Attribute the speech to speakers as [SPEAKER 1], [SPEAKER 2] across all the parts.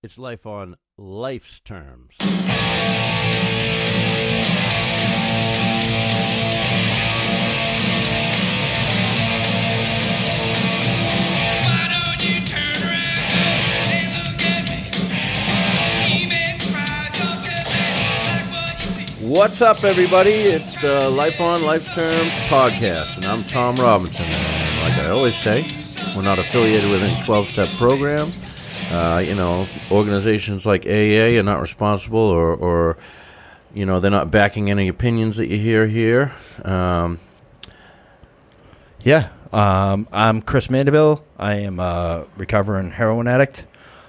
[SPEAKER 1] It's life on life's terms.
[SPEAKER 2] Why don't you turn around and look at me? He may surprise yourself like what you see.
[SPEAKER 1] What's up, everybody? It's the Life on Life's Terms podcast, and I'm Tom Robinson. And like I always say, we're not affiliated with any 12 step program. Uh, you know, organizations like AA are not responsible or, or, you know, they're not backing any opinions that you hear here. Um,
[SPEAKER 3] Yeah, um, I'm Chris Mandeville. I am a recovering heroin addict.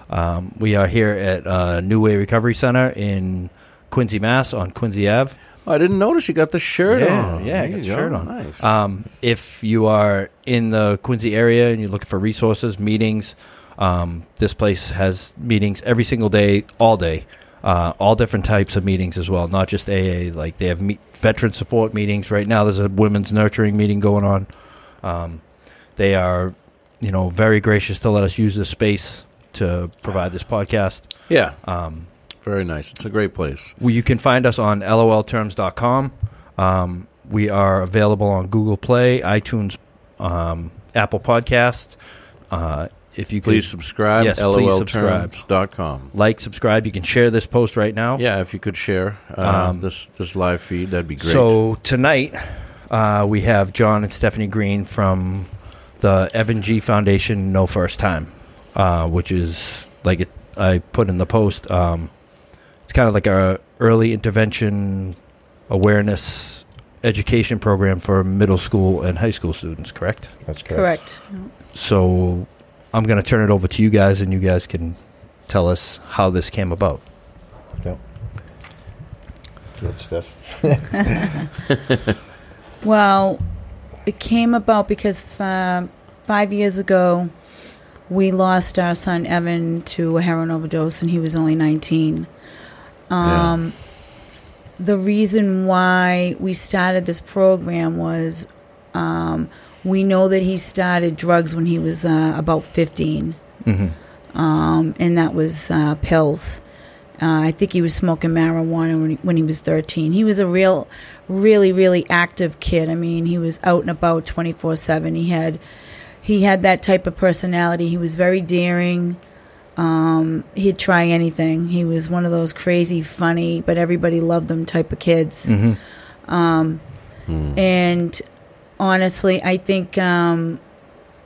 [SPEAKER 3] Um, we are here at uh, New Way Recovery Center in Quincy, Mass, on Quincy Ave.
[SPEAKER 1] oh, I didn't notice you got the shirt
[SPEAKER 3] yeah,
[SPEAKER 1] on.
[SPEAKER 3] yeah, I
[SPEAKER 1] There
[SPEAKER 3] got
[SPEAKER 1] you
[SPEAKER 3] the
[SPEAKER 1] go.
[SPEAKER 3] shirt on.
[SPEAKER 1] Nice.
[SPEAKER 3] Um, if you are in the Quincy area and you're looking for resources, meetings, um, this place has meetings every single day, all day, uh, all different types of meetings as well, not just AA. Like they have meet, veteran support meetings right now. There's a women's nurturing meeting going on. Um, they are, you know, very gracious to let us use this space to provide this podcast.
[SPEAKER 1] yeah,
[SPEAKER 3] Um,
[SPEAKER 1] very nice. It's a great place.
[SPEAKER 3] well, you can find us on lolterms.com. Um, we are available on Google Play, iTunes, um, Apple Podcast. Uh, if you could
[SPEAKER 1] Please subscribe.
[SPEAKER 3] Yes, please subscribe.
[SPEAKER 1] LOLterms.com.
[SPEAKER 3] like, subscribe, you can share this post right now.
[SPEAKER 1] Yeah, if you could share uh,
[SPEAKER 3] Um,
[SPEAKER 1] this this live feed, that'd be great.
[SPEAKER 3] So tonight uh, we have John and Stephanie Green from the Evan G Foundation. No first time, uh, which is like it, I put in the post. Um, it's kind of like a early intervention awareness education program for middle school and high school students. Correct.
[SPEAKER 4] That's correct.
[SPEAKER 5] Correct.
[SPEAKER 3] So I'm going to turn it over to you guys, and you guys can tell us how this came about.
[SPEAKER 4] Good stuff.
[SPEAKER 5] Well, it came about because um five years ago, we lost our son Evan to a heroin overdose, and he was only 19.
[SPEAKER 1] Yeah.
[SPEAKER 5] Um, The reason why we started this program was um, we know that he started drugs when he was uh, about 15,
[SPEAKER 3] Mm-hmm.
[SPEAKER 5] um, and that was uh, pills. Uh, I think he was smoking marijuana when he, when he was 13. He was a real, really, really active kid. I mean, he was out and about 24 seven. He had, he had that type of personality. He was very daring. Um, he'd try anything. He was one of those crazy, funny, but everybody loved him type of kids.
[SPEAKER 3] Mm-hmm.
[SPEAKER 1] Hmm.
[SPEAKER 5] And honestly, I think, um,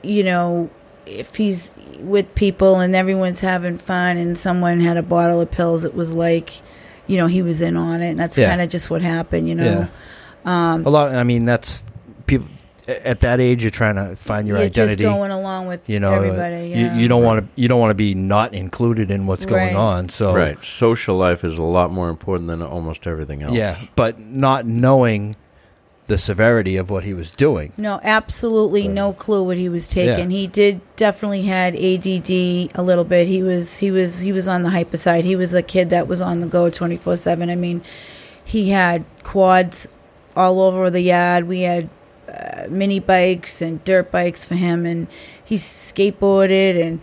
[SPEAKER 5] you know, if he's with people and everyone's having fun and someone had a bottle of pills, it was like, you know, he was in on it. And that's
[SPEAKER 3] Yeah.
[SPEAKER 5] kind of just what happened, you know? Um,
[SPEAKER 3] a lot. I mean, that's people a- at that age. You're trying to find your
[SPEAKER 5] You're
[SPEAKER 3] identity.
[SPEAKER 5] just going along with
[SPEAKER 3] you know, uh,
[SPEAKER 5] everybody.
[SPEAKER 3] you-
[SPEAKER 5] Yeah.
[SPEAKER 3] you, don't want to. You don't want to be not included in what's
[SPEAKER 5] Right.
[SPEAKER 3] going on. So
[SPEAKER 1] right, social life is a lot more important than almost everything else.
[SPEAKER 3] yeah, but not knowing the severity of what he was doing.
[SPEAKER 5] No, absolutely no clue what he was taking. He did definitely had ADD a little bit. He was he was he was on the hyper side. He was a kid that was on the go 24/7. I mean, he had quads all over the yard. We had uh, mini bikes and dirt bikes for him and he skateboarded and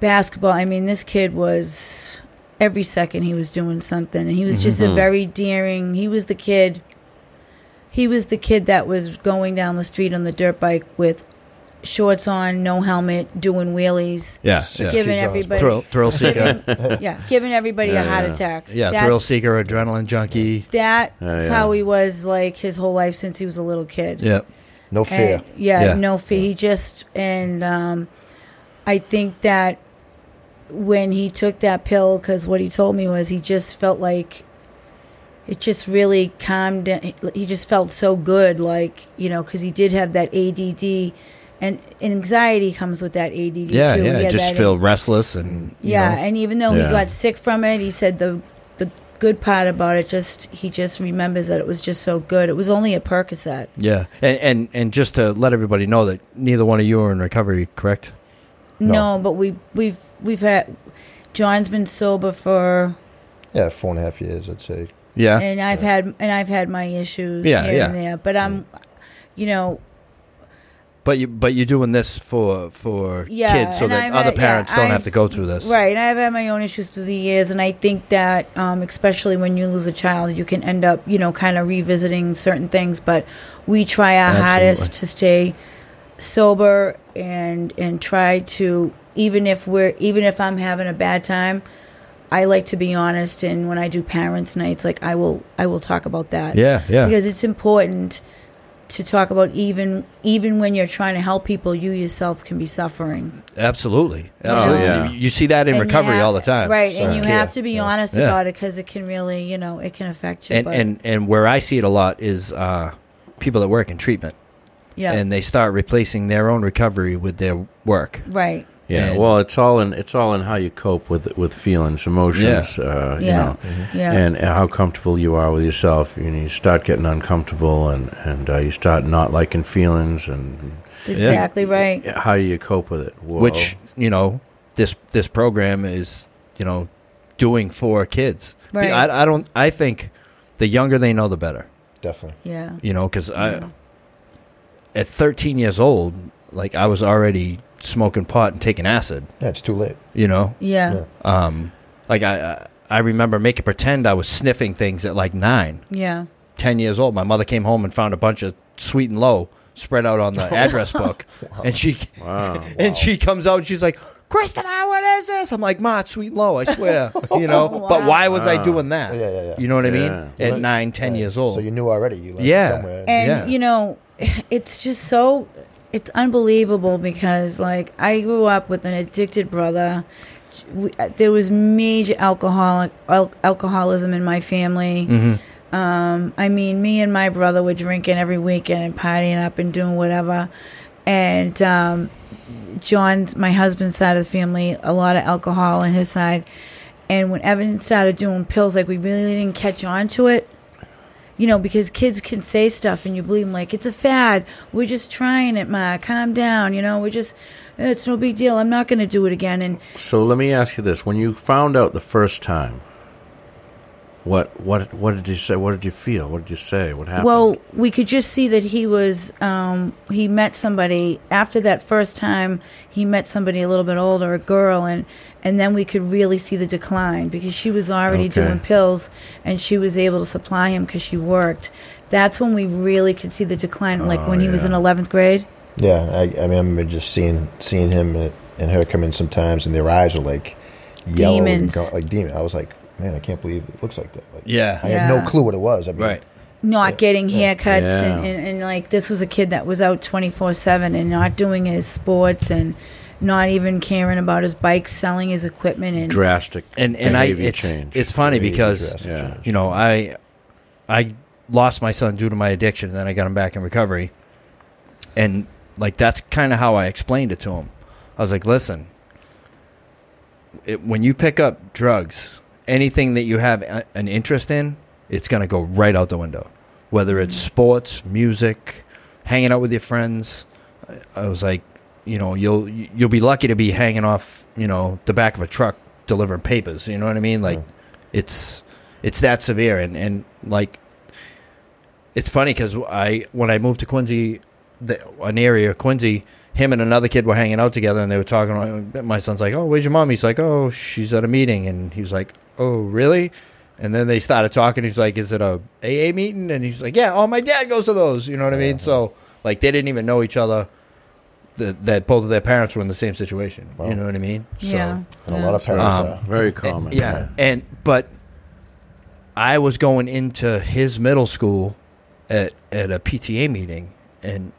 [SPEAKER 5] basketball. I mean, this kid was every second he was doing something and he was just a very daring. He was the kid he was the kid that was going down the street on the dirt bike with shorts on, no helmet, doing wheelies.
[SPEAKER 3] Yeah,
[SPEAKER 4] yeah.
[SPEAKER 5] Giving
[SPEAKER 4] Kids on his
[SPEAKER 5] everybody
[SPEAKER 3] Thrill, thrill seeker.
[SPEAKER 5] yeah, giving everybody
[SPEAKER 1] Yeah,
[SPEAKER 5] a heart
[SPEAKER 1] yeah.
[SPEAKER 5] attack.
[SPEAKER 3] yeah,
[SPEAKER 5] That's-
[SPEAKER 3] thrill seeker, adrenaline junkie.
[SPEAKER 5] That's
[SPEAKER 1] Yeah, yeah.
[SPEAKER 5] how he was like his whole life since he was a little kid.
[SPEAKER 3] Yeah,
[SPEAKER 4] No fear.
[SPEAKER 5] And- yeah,
[SPEAKER 3] Yeah.
[SPEAKER 5] no fear. He just and um, I think that when he took that pill, because what he told me was he just felt like it just really calmed. Down. He just felt so good, like you know, because he did have that ADD, and anxiety comes with that ADD
[SPEAKER 3] yeah,
[SPEAKER 5] too. He
[SPEAKER 3] yeah.
[SPEAKER 5] had
[SPEAKER 3] Just
[SPEAKER 5] that-
[SPEAKER 3] feel restless and you
[SPEAKER 5] yeah,
[SPEAKER 3] know.
[SPEAKER 5] and even though
[SPEAKER 1] Yeah.
[SPEAKER 5] he got sick from it, he said the the good part about it just he just remembers that it was just so good. It was only a Percocet.
[SPEAKER 3] yeah, and, and and just to let everybody know that neither one of you are in recovery, correct?
[SPEAKER 5] No,
[SPEAKER 4] No.
[SPEAKER 5] but we we've we've had John's been sober for
[SPEAKER 4] Yeah, four and a half years, I'd say.
[SPEAKER 3] Yeah,
[SPEAKER 5] and I've had and I've had my issues
[SPEAKER 3] Yeah,
[SPEAKER 5] here
[SPEAKER 3] yeah.
[SPEAKER 5] and there. But I'm you know
[SPEAKER 3] But you but you're doing this for for
[SPEAKER 5] Yeah,
[SPEAKER 3] kids so
[SPEAKER 5] and
[SPEAKER 3] that
[SPEAKER 5] I've
[SPEAKER 3] other
[SPEAKER 5] had- yeah,
[SPEAKER 3] parents don't have
[SPEAKER 5] I've-
[SPEAKER 3] to go through this.
[SPEAKER 5] Right, and I've had my own issues through the years, and I think that, um, especially when you lose a child, you can end up, you know, kind of revisiting certain things. But we try our
[SPEAKER 3] Absolutely.
[SPEAKER 5] hardest to stay sober and and try to, even if we're, even if I'm having a bad time, I like to be honest. And when I do parents' nights, like I will, I will talk about that
[SPEAKER 3] Yeah, yeah.
[SPEAKER 5] because it's important to talk about even even when you're trying to help people, you yourself can be suffering.
[SPEAKER 3] Absolutely.
[SPEAKER 5] know?
[SPEAKER 1] Oh,
[SPEAKER 3] Absolutely.
[SPEAKER 1] yeah.
[SPEAKER 3] you, you see that in
[SPEAKER 5] And you
[SPEAKER 3] recovery
[SPEAKER 5] have-
[SPEAKER 3] all the time.
[SPEAKER 5] right? And you
[SPEAKER 4] Yeah.
[SPEAKER 5] have to be honest
[SPEAKER 3] Yeah.
[SPEAKER 5] about it because it can really, you know, it can affect you.
[SPEAKER 3] And
[SPEAKER 5] but,
[SPEAKER 3] and and where I see it a lot is uh, people that work in treatment
[SPEAKER 5] yeah,
[SPEAKER 3] and they start replacing their own recovery with their work.
[SPEAKER 5] right,
[SPEAKER 1] Yeah,
[SPEAKER 3] And-
[SPEAKER 1] well, it's all in it's all in how you cope with with feelings, emotions, uh, you
[SPEAKER 5] Yeah.
[SPEAKER 1] know,
[SPEAKER 3] Mm-hmm.
[SPEAKER 5] yeah,
[SPEAKER 1] and how comfortable you are with yourself. You, know, you start getting uncomfortable, and and uh, you start not liking feelings, and
[SPEAKER 5] That's exactly right.
[SPEAKER 1] how do you cope with it? Whoa.
[SPEAKER 3] which you know this this program is you know doing for kids
[SPEAKER 5] Right.
[SPEAKER 3] I, I don't i think the younger they know the better
[SPEAKER 4] Definitely.
[SPEAKER 5] Yeah,
[SPEAKER 3] you know because
[SPEAKER 5] Yeah.
[SPEAKER 3] i at 13 years old like i was already smoking pot and taking acid
[SPEAKER 4] Yeah, it's too late.
[SPEAKER 3] you know
[SPEAKER 5] yeah,
[SPEAKER 3] um like i i I remember making pretend i was sniffing things at like nine
[SPEAKER 5] yeah,
[SPEAKER 3] 10 years old. My mother came home and found a bunch of sweet and low spread out on the address book. And she
[SPEAKER 1] Wow.
[SPEAKER 3] and she comes out and she's like, Kristen, what is this? I'm like, Ma, it's sweet and low, I swear. You know? But why was I doing that?
[SPEAKER 4] Ah. Yeah, yeah, yeah.
[SPEAKER 3] You know what I mean?
[SPEAKER 1] Yeah.
[SPEAKER 3] At
[SPEAKER 4] Right.
[SPEAKER 3] nine, ten
[SPEAKER 4] Yeah.
[SPEAKER 3] years old.
[SPEAKER 4] So you knew already. You left
[SPEAKER 3] Yeah.
[SPEAKER 4] somewhere.
[SPEAKER 5] and
[SPEAKER 3] Yeah.
[SPEAKER 5] you know, it's just so it's unbelievable because like I grew up with an addicted brother. We, uh, there was major alcoholic al- alcoholism in my family.
[SPEAKER 3] Mhm.
[SPEAKER 5] Um, I mean, me and my brother were drinking every weekend and partying up and doing whatever. And um, John's, my husband's side of the family, a lot of alcohol on his side. And when Evan started doing pills, like we really didn't catch on to it. You know, because kids can say stuff and you believe them, like, it's a fad. We're just trying it, Ma. Calm down. You know, we're just, eh, it's no big deal. I'm not going to do it again. And
[SPEAKER 1] So let me ask you this: When you found out the first time, what what what did you say? What did you feel? What did you say? What happened?
[SPEAKER 5] Well, we could just see that he was um, he met somebody after that first time. He met somebody a little bit older, a girl, and and then we could really see the decline because she was already
[SPEAKER 1] Okay.
[SPEAKER 5] doing pills and she was able to supply him because she worked. That's when we really could see the decline, like
[SPEAKER 1] Oh,
[SPEAKER 5] when he was
[SPEAKER 1] yeah.
[SPEAKER 5] in eleventh grade.
[SPEAKER 4] Yeah, I, I mean, I remember just seeing seeing him and, and her come in sometimes, and their eyes are like yellow, and
[SPEAKER 5] Demons.
[SPEAKER 4] go- like demon. I was like, man, I can't believe it looks like that. Like,
[SPEAKER 3] Yeah.
[SPEAKER 4] I had no
[SPEAKER 5] Yeah.
[SPEAKER 4] clue what it was. I mean,
[SPEAKER 3] Right.
[SPEAKER 5] not getting haircuts and,
[SPEAKER 1] Yeah.
[SPEAKER 5] and, and like this was a kid that was out 24-7 and not doing his sports and not even caring about his bike selling his equipment and
[SPEAKER 1] drastic
[SPEAKER 3] And and I
[SPEAKER 1] behavior
[SPEAKER 3] it's
[SPEAKER 1] change.
[SPEAKER 3] it's funny
[SPEAKER 4] Crazy
[SPEAKER 3] because
[SPEAKER 4] drastic
[SPEAKER 1] Yeah.
[SPEAKER 4] change.
[SPEAKER 3] you know, I I lost my son due to my addiction, and then I got him back in recovery. And like that's kind of how I explained it to him. I was like, "Listen, it, when you pick up drugs, anything that you have a, an interest in, it's going to go right out the window. Whether it's sports, music, hanging out with your friends, I, I was like, you know, you'll you'll be lucky to be hanging off, you know, the back of a truck delivering papers. You know what I mean? Like,
[SPEAKER 4] Mm.
[SPEAKER 3] it's it's that severe, and and like, it's funny because I when I moved to Quincy, the, an area of Quincy, him and another kid were hanging out together, and they were talking. and My son's like, "Oh, where's your mom?" He's like, "Oh, she's at a meeting," and he's like, "Oh, really?" And then they started talking. He's like, "Is it a AA meeting?" And he's like, "Yeah, oh, my dad goes to those." You know what I mean? So like, they didn't even know each other. That, that both of their parents were in the same situation.
[SPEAKER 4] Wow.
[SPEAKER 3] You know what I mean?
[SPEAKER 5] yeah
[SPEAKER 4] and a lot of
[SPEAKER 5] Yeah.
[SPEAKER 4] parents
[SPEAKER 3] Um,
[SPEAKER 4] are.
[SPEAKER 1] very common.
[SPEAKER 3] Yeah. And but I was going into his middle school at at a PTA meeting and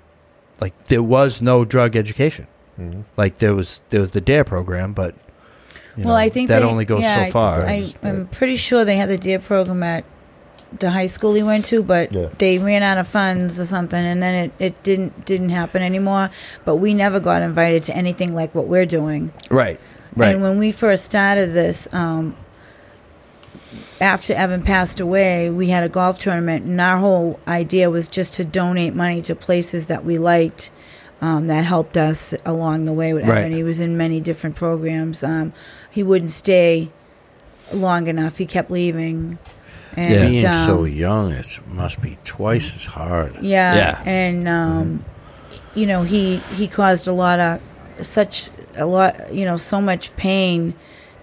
[SPEAKER 3] like there was no drug education.
[SPEAKER 4] Mhm.
[SPEAKER 3] Like there was there was the DARE E program, but you know,
[SPEAKER 5] Well, I think
[SPEAKER 3] that
[SPEAKER 5] they-
[SPEAKER 3] only goes
[SPEAKER 5] yeah,
[SPEAKER 3] so far.
[SPEAKER 5] I, I'm pretty sure they had the deer program at the high school he went to, but
[SPEAKER 4] Yeah.
[SPEAKER 5] they ran out of funds or something, and then it, it didn't didn't happen anymore. But we never got invited to anything like what we're doing.
[SPEAKER 3] right. Right.
[SPEAKER 5] And when we first started this, um, after Evan passed away, we had a golf tournament, and our whole idea was just to donate money to places that we liked. Um, that helped us along the way with
[SPEAKER 3] Right.
[SPEAKER 5] Evan. He was in many different programs. Um, he wouldn't stay long enough. He kept leaving. And,
[SPEAKER 3] Yeah.
[SPEAKER 1] Being so
[SPEAKER 5] um,
[SPEAKER 1] young, it must be twice as hard.
[SPEAKER 5] yeah,
[SPEAKER 3] Yeah.
[SPEAKER 5] and um, you know he he caused a lot of such a lot you know so much pain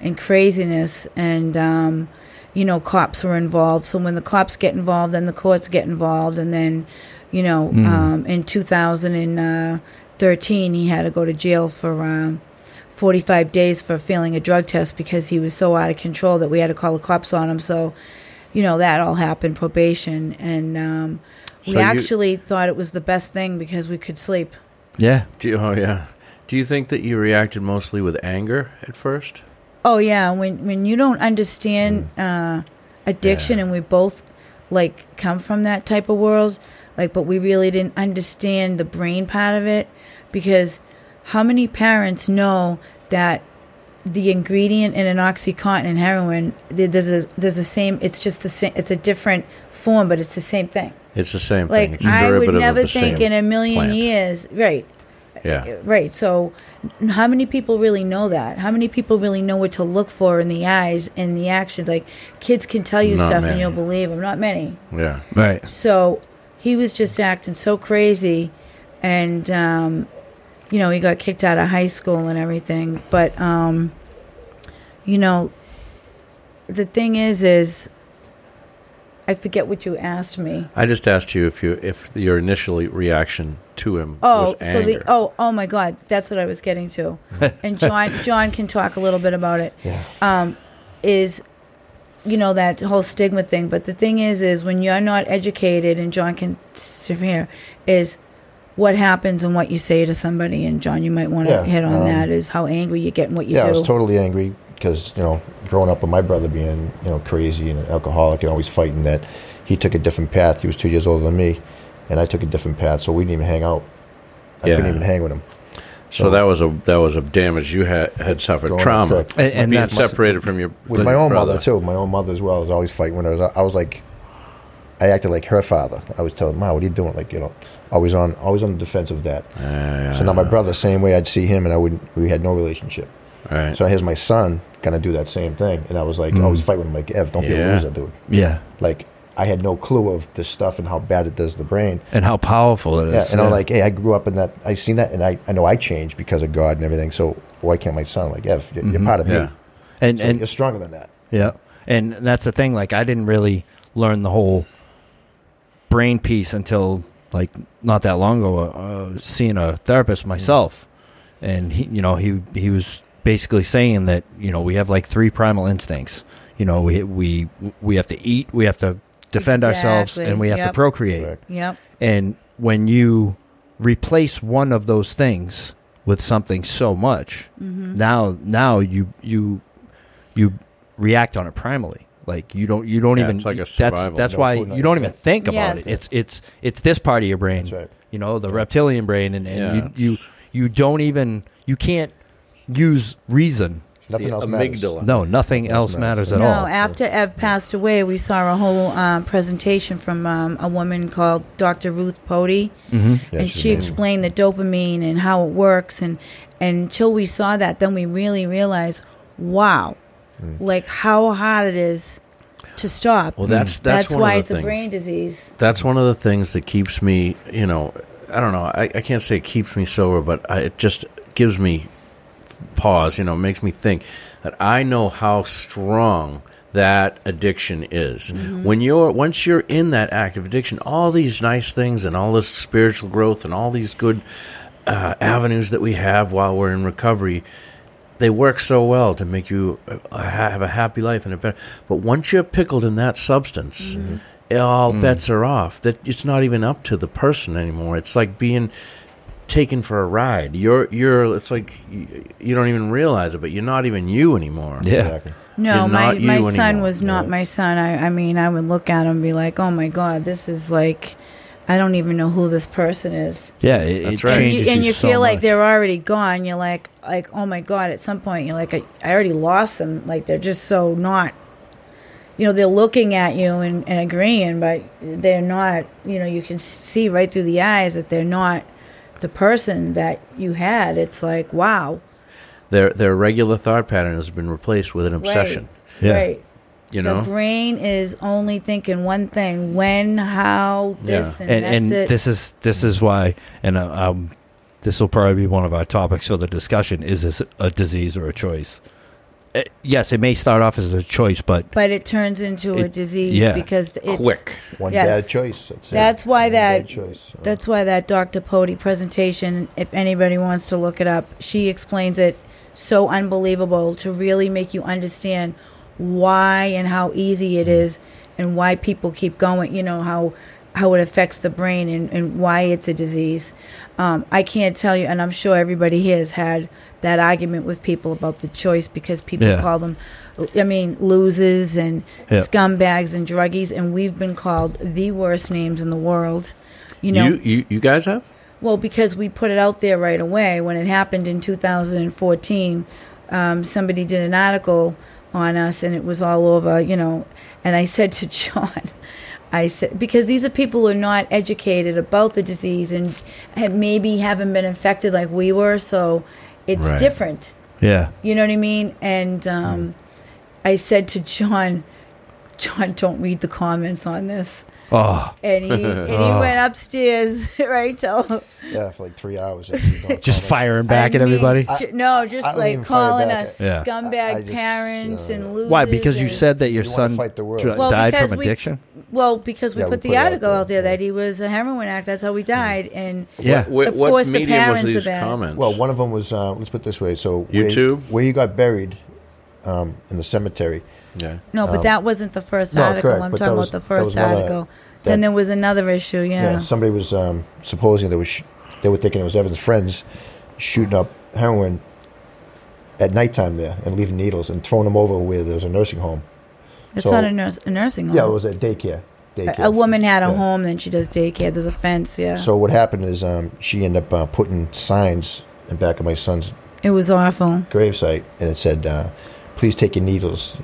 [SPEAKER 5] and craziness and um you know cops were involved so when the cops get involved then the courts get involved and then you know um in 2013 uh, he had to go to jail for um 45 days for failing a drug test because he was so out of control that we had to call the cops on him so you know that all happened probation and um we
[SPEAKER 1] So you-
[SPEAKER 5] actually thought it was the best thing because we could sleep
[SPEAKER 3] Yeah.
[SPEAKER 1] Do you, oh yeah. Do you think that you reacted mostly with anger at first?
[SPEAKER 5] Oh yeah, when when you don't understand
[SPEAKER 1] Mm.
[SPEAKER 5] uh, addiction,
[SPEAKER 1] Yeah.
[SPEAKER 5] and we both like come from that type of world, like, but we really didn't understand the brain part of it because how many parents know that the ingredient in an oxycontin and heroin there- there's a there's the same it's just the same it's a different form but it's the same thing
[SPEAKER 1] It's the same thing.
[SPEAKER 5] like
[SPEAKER 1] It's a
[SPEAKER 5] i would
[SPEAKER 1] derivative of
[SPEAKER 5] never
[SPEAKER 1] the
[SPEAKER 5] think
[SPEAKER 1] same
[SPEAKER 5] in a million
[SPEAKER 1] plant.
[SPEAKER 5] years right
[SPEAKER 1] Yeah.
[SPEAKER 5] Right. So, n- how many people really know that? How many people really know what to look for in the eyes and the actions? Like, kids can tell you
[SPEAKER 1] Not
[SPEAKER 5] stuff
[SPEAKER 1] many.
[SPEAKER 5] and you'll believe them. Not many.
[SPEAKER 1] Yeah.
[SPEAKER 3] Right.
[SPEAKER 5] So, he was just acting so crazy. And, um, you know, he got kicked out of high school and everything. But, um, you know, the thing is, is I forget what you asked me.
[SPEAKER 1] I just asked you if you if your initial reaction to him
[SPEAKER 5] Oh,
[SPEAKER 1] was
[SPEAKER 5] so
[SPEAKER 1] anger.
[SPEAKER 5] the oh oh my God, that's what I was getting to, and John John can talk a little bit about it.
[SPEAKER 4] Yeah.
[SPEAKER 5] Is you know that whole stigma thing, but the thing is, is when you're not educated, and John can sit from here, is what happens and what you say to somebody. And John, you might want to
[SPEAKER 4] Yeah,
[SPEAKER 5] hit on
[SPEAKER 4] um,
[SPEAKER 5] that is how angry you get and what you
[SPEAKER 4] yeah,
[SPEAKER 5] do.
[SPEAKER 4] I was totally angry because you know, growing up with my brother being you know crazy and an alcoholic and always fighting that, he took a different path. He was two years older than me, and I took a different path, so we didn't even hang out. I
[SPEAKER 1] Yeah.
[SPEAKER 4] couldn't even hang with him.
[SPEAKER 1] so that was a that was a damage you had had suffered
[SPEAKER 4] Going
[SPEAKER 1] trauma,
[SPEAKER 4] correct.
[SPEAKER 3] And- and
[SPEAKER 1] being
[SPEAKER 3] that's-
[SPEAKER 1] separated from your
[SPEAKER 4] with my own
[SPEAKER 1] brother.
[SPEAKER 4] mother too. My own mother as well. I was always fighting when I was. I was like, I acted like her father. I was telling Ma, "What are you doing?" Like you know, always on, always on the defense of that.
[SPEAKER 1] Yeah,
[SPEAKER 4] So now my brother, same way. I'd see him, and I wouldn't. We had no relationship.
[SPEAKER 1] right.
[SPEAKER 4] So here's my son, gonna do that same thing, and I was like, always fight with him. Like, Ev, don't be
[SPEAKER 1] Mm. Yeah.
[SPEAKER 4] a loser, dude.
[SPEAKER 3] Yeah.
[SPEAKER 4] Like, I had no clue of this stuff and how bad it does the brain.
[SPEAKER 3] And how powerful it is.
[SPEAKER 4] Yeah, and I'm like, hey, I grew up in that. I seen that, and I, I know I changed because of God and everything. So why can't my son? Like, Ev, you're, you're part of
[SPEAKER 1] Yeah.
[SPEAKER 4] me.
[SPEAKER 3] and,
[SPEAKER 4] And
[SPEAKER 3] and
[SPEAKER 4] you're stronger than that.
[SPEAKER 3] Yeah. And that's the thing. Like, I didn't really learn the whole brain piece until, like, not that long ago, uh, seeing a therapist myself. And, he, you know, he, he was basically saying that, you know, we have like three primal instincts. You know, we, we, we have to eat, we have to defend ourselves,
[SPEAKER 5] Exactly.
[SPEAKER 3] and we have to
[SPEAKER 5] Yep.
[SPEAKER 3] procreate.
[SPEAKER 4] Correct.
[SPEAKER 5] yep.
[SPEAKER 3] And when you replace one of those things with something so much,
[SPEAKER 5] Mm-hmm.
[SPEAKER 3] now now you you you react on it primally. Like you don't you don't
[SPEAKER 1] Yeah,
[SPEAKER 3] even
[SPEAKER 1] it's like a
[SPEAKER 3] that's
[SPEAKER 1] survival.
[SPEAKER 3] that's
[SPEAKER 4] No
[SPEAKER 3] why
[SPEAKER 4] food, no
[SPEAKER 3] you don't even
[SPEAKER 4] nothing.
[SPEAKER 3] think about
[SPEAKER 5] Yes.
[SPEAKER 3] it. It's it's it's this part of your brain.
[SPEAKER 4] That's right.
[SPEAKER 3] You know, the reptilian brain and, and
[SPEAKER 1] Yeah,
[SPEAKER 3] you, you
[SPEAKER 1] it's-
[SPEAKER 3] you don't even you can't use reason.
[SPEAKER 4] Nothing
[SPEAKER 1] The
[SPEAKER 4] else matters.
[SPEAKER 1] amygdala.
[SPEAKER 3] No, nothing else matters
[SPEAKER 4] matters.
[SPEAKER 3] at
[SPEAKER 5] no,
[SPEAKER 3] all.
[SPEAKER 5] after Ev passed away, we saw a whole um, presentation from um, a woman called Dr. Ruth Pody,
[SPEAKER 1] Mm-hmm.
[SPEAKER 4] Yeah, she's
[SPEAKER 5] and she
[SPEAKER 4] amazing.
[SPEAKER 5] explained the dopamine and how it works. And, and until we saw that, then we really realized, wow, like how hard it is to stop.
[SPEAKER 1] Mm.
[SPEAKER 5] Mm.
[SPEAKER 1] Well, that's- that's one of
[SPEAKER 5] why
[SPEAKER 1] the
[SPEAKER 5] it's a
[SPEAKER 1] things.
[SPEAKER 5] brain disease.
[SPEAKER 1] that's one of the things that keeps me, you know, I don't know, I, I can't say it keeps me sober, but I, it just gives me pause, you know, makes me think that I know how strong that addiction is. When you're once you're in that active addiction, all these nice things and all this spiritual growth and all these good uh, avenues that we have while we're in recovery, they work so well to make you uh, ha- have a happy life and a better. But once you're pickled in that substance, all bets are off. That it's not even up to the person anymore. It's like being taken for a ride. You're you're. It's like you, you don't even realize it, but you're not even you anymore.
[SPEAKER 3] yeah.
[SPEAKER 4] Exactly.
[SPEAKER 5] No,
[SPEAKER 1] You're
[SPEAKER 5] my,
[SPEAKER 1] not
[SPEAKER 5] my
[SPEAKER 1] you
[SPEAKER 5] son
[SPEAKER 1] anymore.
[SPEAKER 5] was not
[SPEAKER 4] Yeah.
[SPEAKER 5] my son. I, I mean, I would look at him and be like, oh my God, this is like, I don't even know who this person is.
[SPEAKER 3] Yeah, it, it
[SPEAKER 1] That's right.
[SPEAKER 5] you,
[SPEAKER 3] changes
[SPEAKER 5] and you
[SPEAKER 3] so
[SPEAKER 5] feel like
[SPEAKER 3] much.
[SPEAKER 5] they're already gone. You're like, like, oh my god! At some point, you're like, I, I already lost them. Like they're just so not. You know, they're looking at you and, and agreeing, but they're not. You know, you can see right through the eyes that they're not the person that you had. It's like, wow,
[SPEAKER 1] Their their regular thought pattern has been replaced with an
[SPEAKER 5] right,
[SPEAKER 1] obsession.
[SPEAKER 3] Yeah.
[SPEAKER 5] right,
[SPEAKER 1] You know,
[SPEAKER 5] the brain is only thinking one thing: when, how, this,
[SPEAKER 1] Yeah.
[SPEAKER 3] and
[SPEAKER 5] and,
[SPEAKER 3] and
[SPEAKER 5] that's it.
[SPEAKER 3] this is this is why and uh, um, this will probably be one of our topics for the discussion is this a disease or a choice Uh, yes it may start off as a choice but
[SPEAKER 5] but it turns into a
[SPEAKER 3] It-
[SPEAKER 5] disease
[SPEAKER 3] yeah.
[SPEAKER 5] because it's
[SPEAKER 1] quick.
[SPEAKER 4] One
[SPEAKER 5] Yes.
[SPEAKER 4] bad choice. That's, it.
[SPEAKER 5] That's why
[SPEAKER 4] One
[SPEAKER 5] that-
[SPEAKER 4] bad choice. Uh,
[SPEAKER 5] That's why that Dr. Pody presentation, if anybody wants to look it up, she explains it so unbelievable to really make you understand why and how easy
[SPEAKER 4] Mm-hmm.
[SPEAKER 5] it is and why people keep going, you know, how how it affects the brain and, and why it's a disease. Um, I can't tell you, and I'm sure everybody here has had that argument with people about the choice because people
[SPEAKER 3] Yeah.
[SPEAKER 5] call them, I mean, losers and
[SPEAKER 3] Yeah.
[SPEAKER 5] scumbags and druggies, and we've been called the worst names in the world. You know,
[SPEAKER 1] you, you you guys have
[SPEAKER 5] well, because we put it out there right away when it happened in 2014. Um, somebody did an article on us, and it was all over, you know. And I said to John, I said because these are people who are not educated about the disease and have maybe haven't been infected like we were, so it's
[SPEAKER 1] Right.
[SPEAKER 5] different.
[SPEAKER 3] yeah
[SPEAKER 5] You know what I mean?
[SPEAKER 3] Hmm.
[SPEAKER 5] And um, I said to John, John, don't read the comments on this.
[SPEAKER 3] oh
[SPEAKER 5] And he, and he went upstairs, right? Till
[SPEAKER 4] yeah, for like three hours. after you don't
[SPEAKER 3] just
[SPEAKER 4] comment.
[SPEAKER 3] firing back
[SPEAKER 5] I
[SPEAKER 3] at
[SPEAKER 5] mean,
[SPEAKER 3] everybody
[SPEAKER 5] ju- no, just
[SPEAKER 4] I don't
[SPEAKER 5] like
[SPEAKER 4] even fire
[SPEAKER 5] calling
[SPEAKER 4] back
[SPEAKER 5] us
[SPEAKER 3] at- Yeah.
[SPEAKER 5] scumbag
[SPEAKER 4] I- I just,
[SPEAKER 5] parents
[SPEAKER 4] uh,
[SPEAKER 5] and losers.
[SPEAKER 3] why because you
[SPEAKER 5] and-
[SPEAKER 3] said that your
[SPEAKER 4] You wanna
[SPEAKER 3] son
[SPEAKER 4] fight the world.
[SPEAKER 3] dr-
[SPEAKER 5] Well,
[SPEAKER 3] died
[SPEAKER 5] because
[SPEAKER 3] from
[SPEAKER 5] we-
[SPEAKER 3] addiction
[SPEAKER 5] well because we
[SPEAKER 4] Yeah, we
[SPEAKER 5] put
[SPEAKER 4] put
[SPEAKER 5] the
[SPEAKER 4] it out
[SPEAKER 5] article
[SPEAKER 4] there,
[SPEAKER 5] out there
[SPEAKER 4] yeah. Hmm.
[SPEAKER 5] that he was a heroin addict. That's how he died. And
[SPEAKER 3] yeah
[SPEAKER 1] What,
[SPEAKER 5] Of
[SPEAKER 1] what
[SPEAKER 5] course the
[SPEAKER 1] medium was
[SPEAKER 5] parents are
[SPEAKER 1] these
[SPEAKER 5] bad.
[SPEAKER 1] comments?
[SPEAKER 4] Well, one of them was. Uh, let's put it this way. So
[SPEAKER 1] YouTube?
[SPEAKER 4] where, where you got buried, um, in the cemetery.
[SPEAKER 1] yeah.
[SPEAKER 5] no, but that wasn't the first
[SPEAKER 4] Oh. No,
[SPEAKER 5] article.
[SPEAKER 4] correct,
[SPEAKER 5] I'm
[SPEAKER 4] but
[SPEAKER 5] talking
[SPEAKER 4] that
[SPEAKER 5] about
[SPEAKER 4] was-
[SPEAKER 5] the
[SPEAKER 4] that was
[SPEAKER 5] first
[SPEAKER 4] another-
[SPEAKER 5] article.
[SPEAKER 4] that-
[SPEAKER 5] then there was another issue.
[SPEAKER 4] Yeah.
[SPEAKER 5] Yeah.
[SPEAKER 4] somebody was um, supposing they were sh- they were thinking it was Evan's friends shooting up heroin at nighttime there and leaving needles and throwing them over where there was a nursing home.
[SPEAKER 5] it's
[SPEAKER 4] so-
[SPEAKER 5] not a, nurse, a nursing home.
[SPEAKER 4] Yeah, it was at daycare. daycare.
[SPEAKER 5] a, a woman had a
[SPEAKER 4] Yeah.
[SPEAKER 5] home, then she does daycare. There's a fence. Yeah.
[SPEAKER 4] So what happened is um, she ended up uh, putting signs in back of my son's
[SPEAKER 5] it was awful.
[SPEAKER 4] gravesite, and it said, uh, "Please take your needles,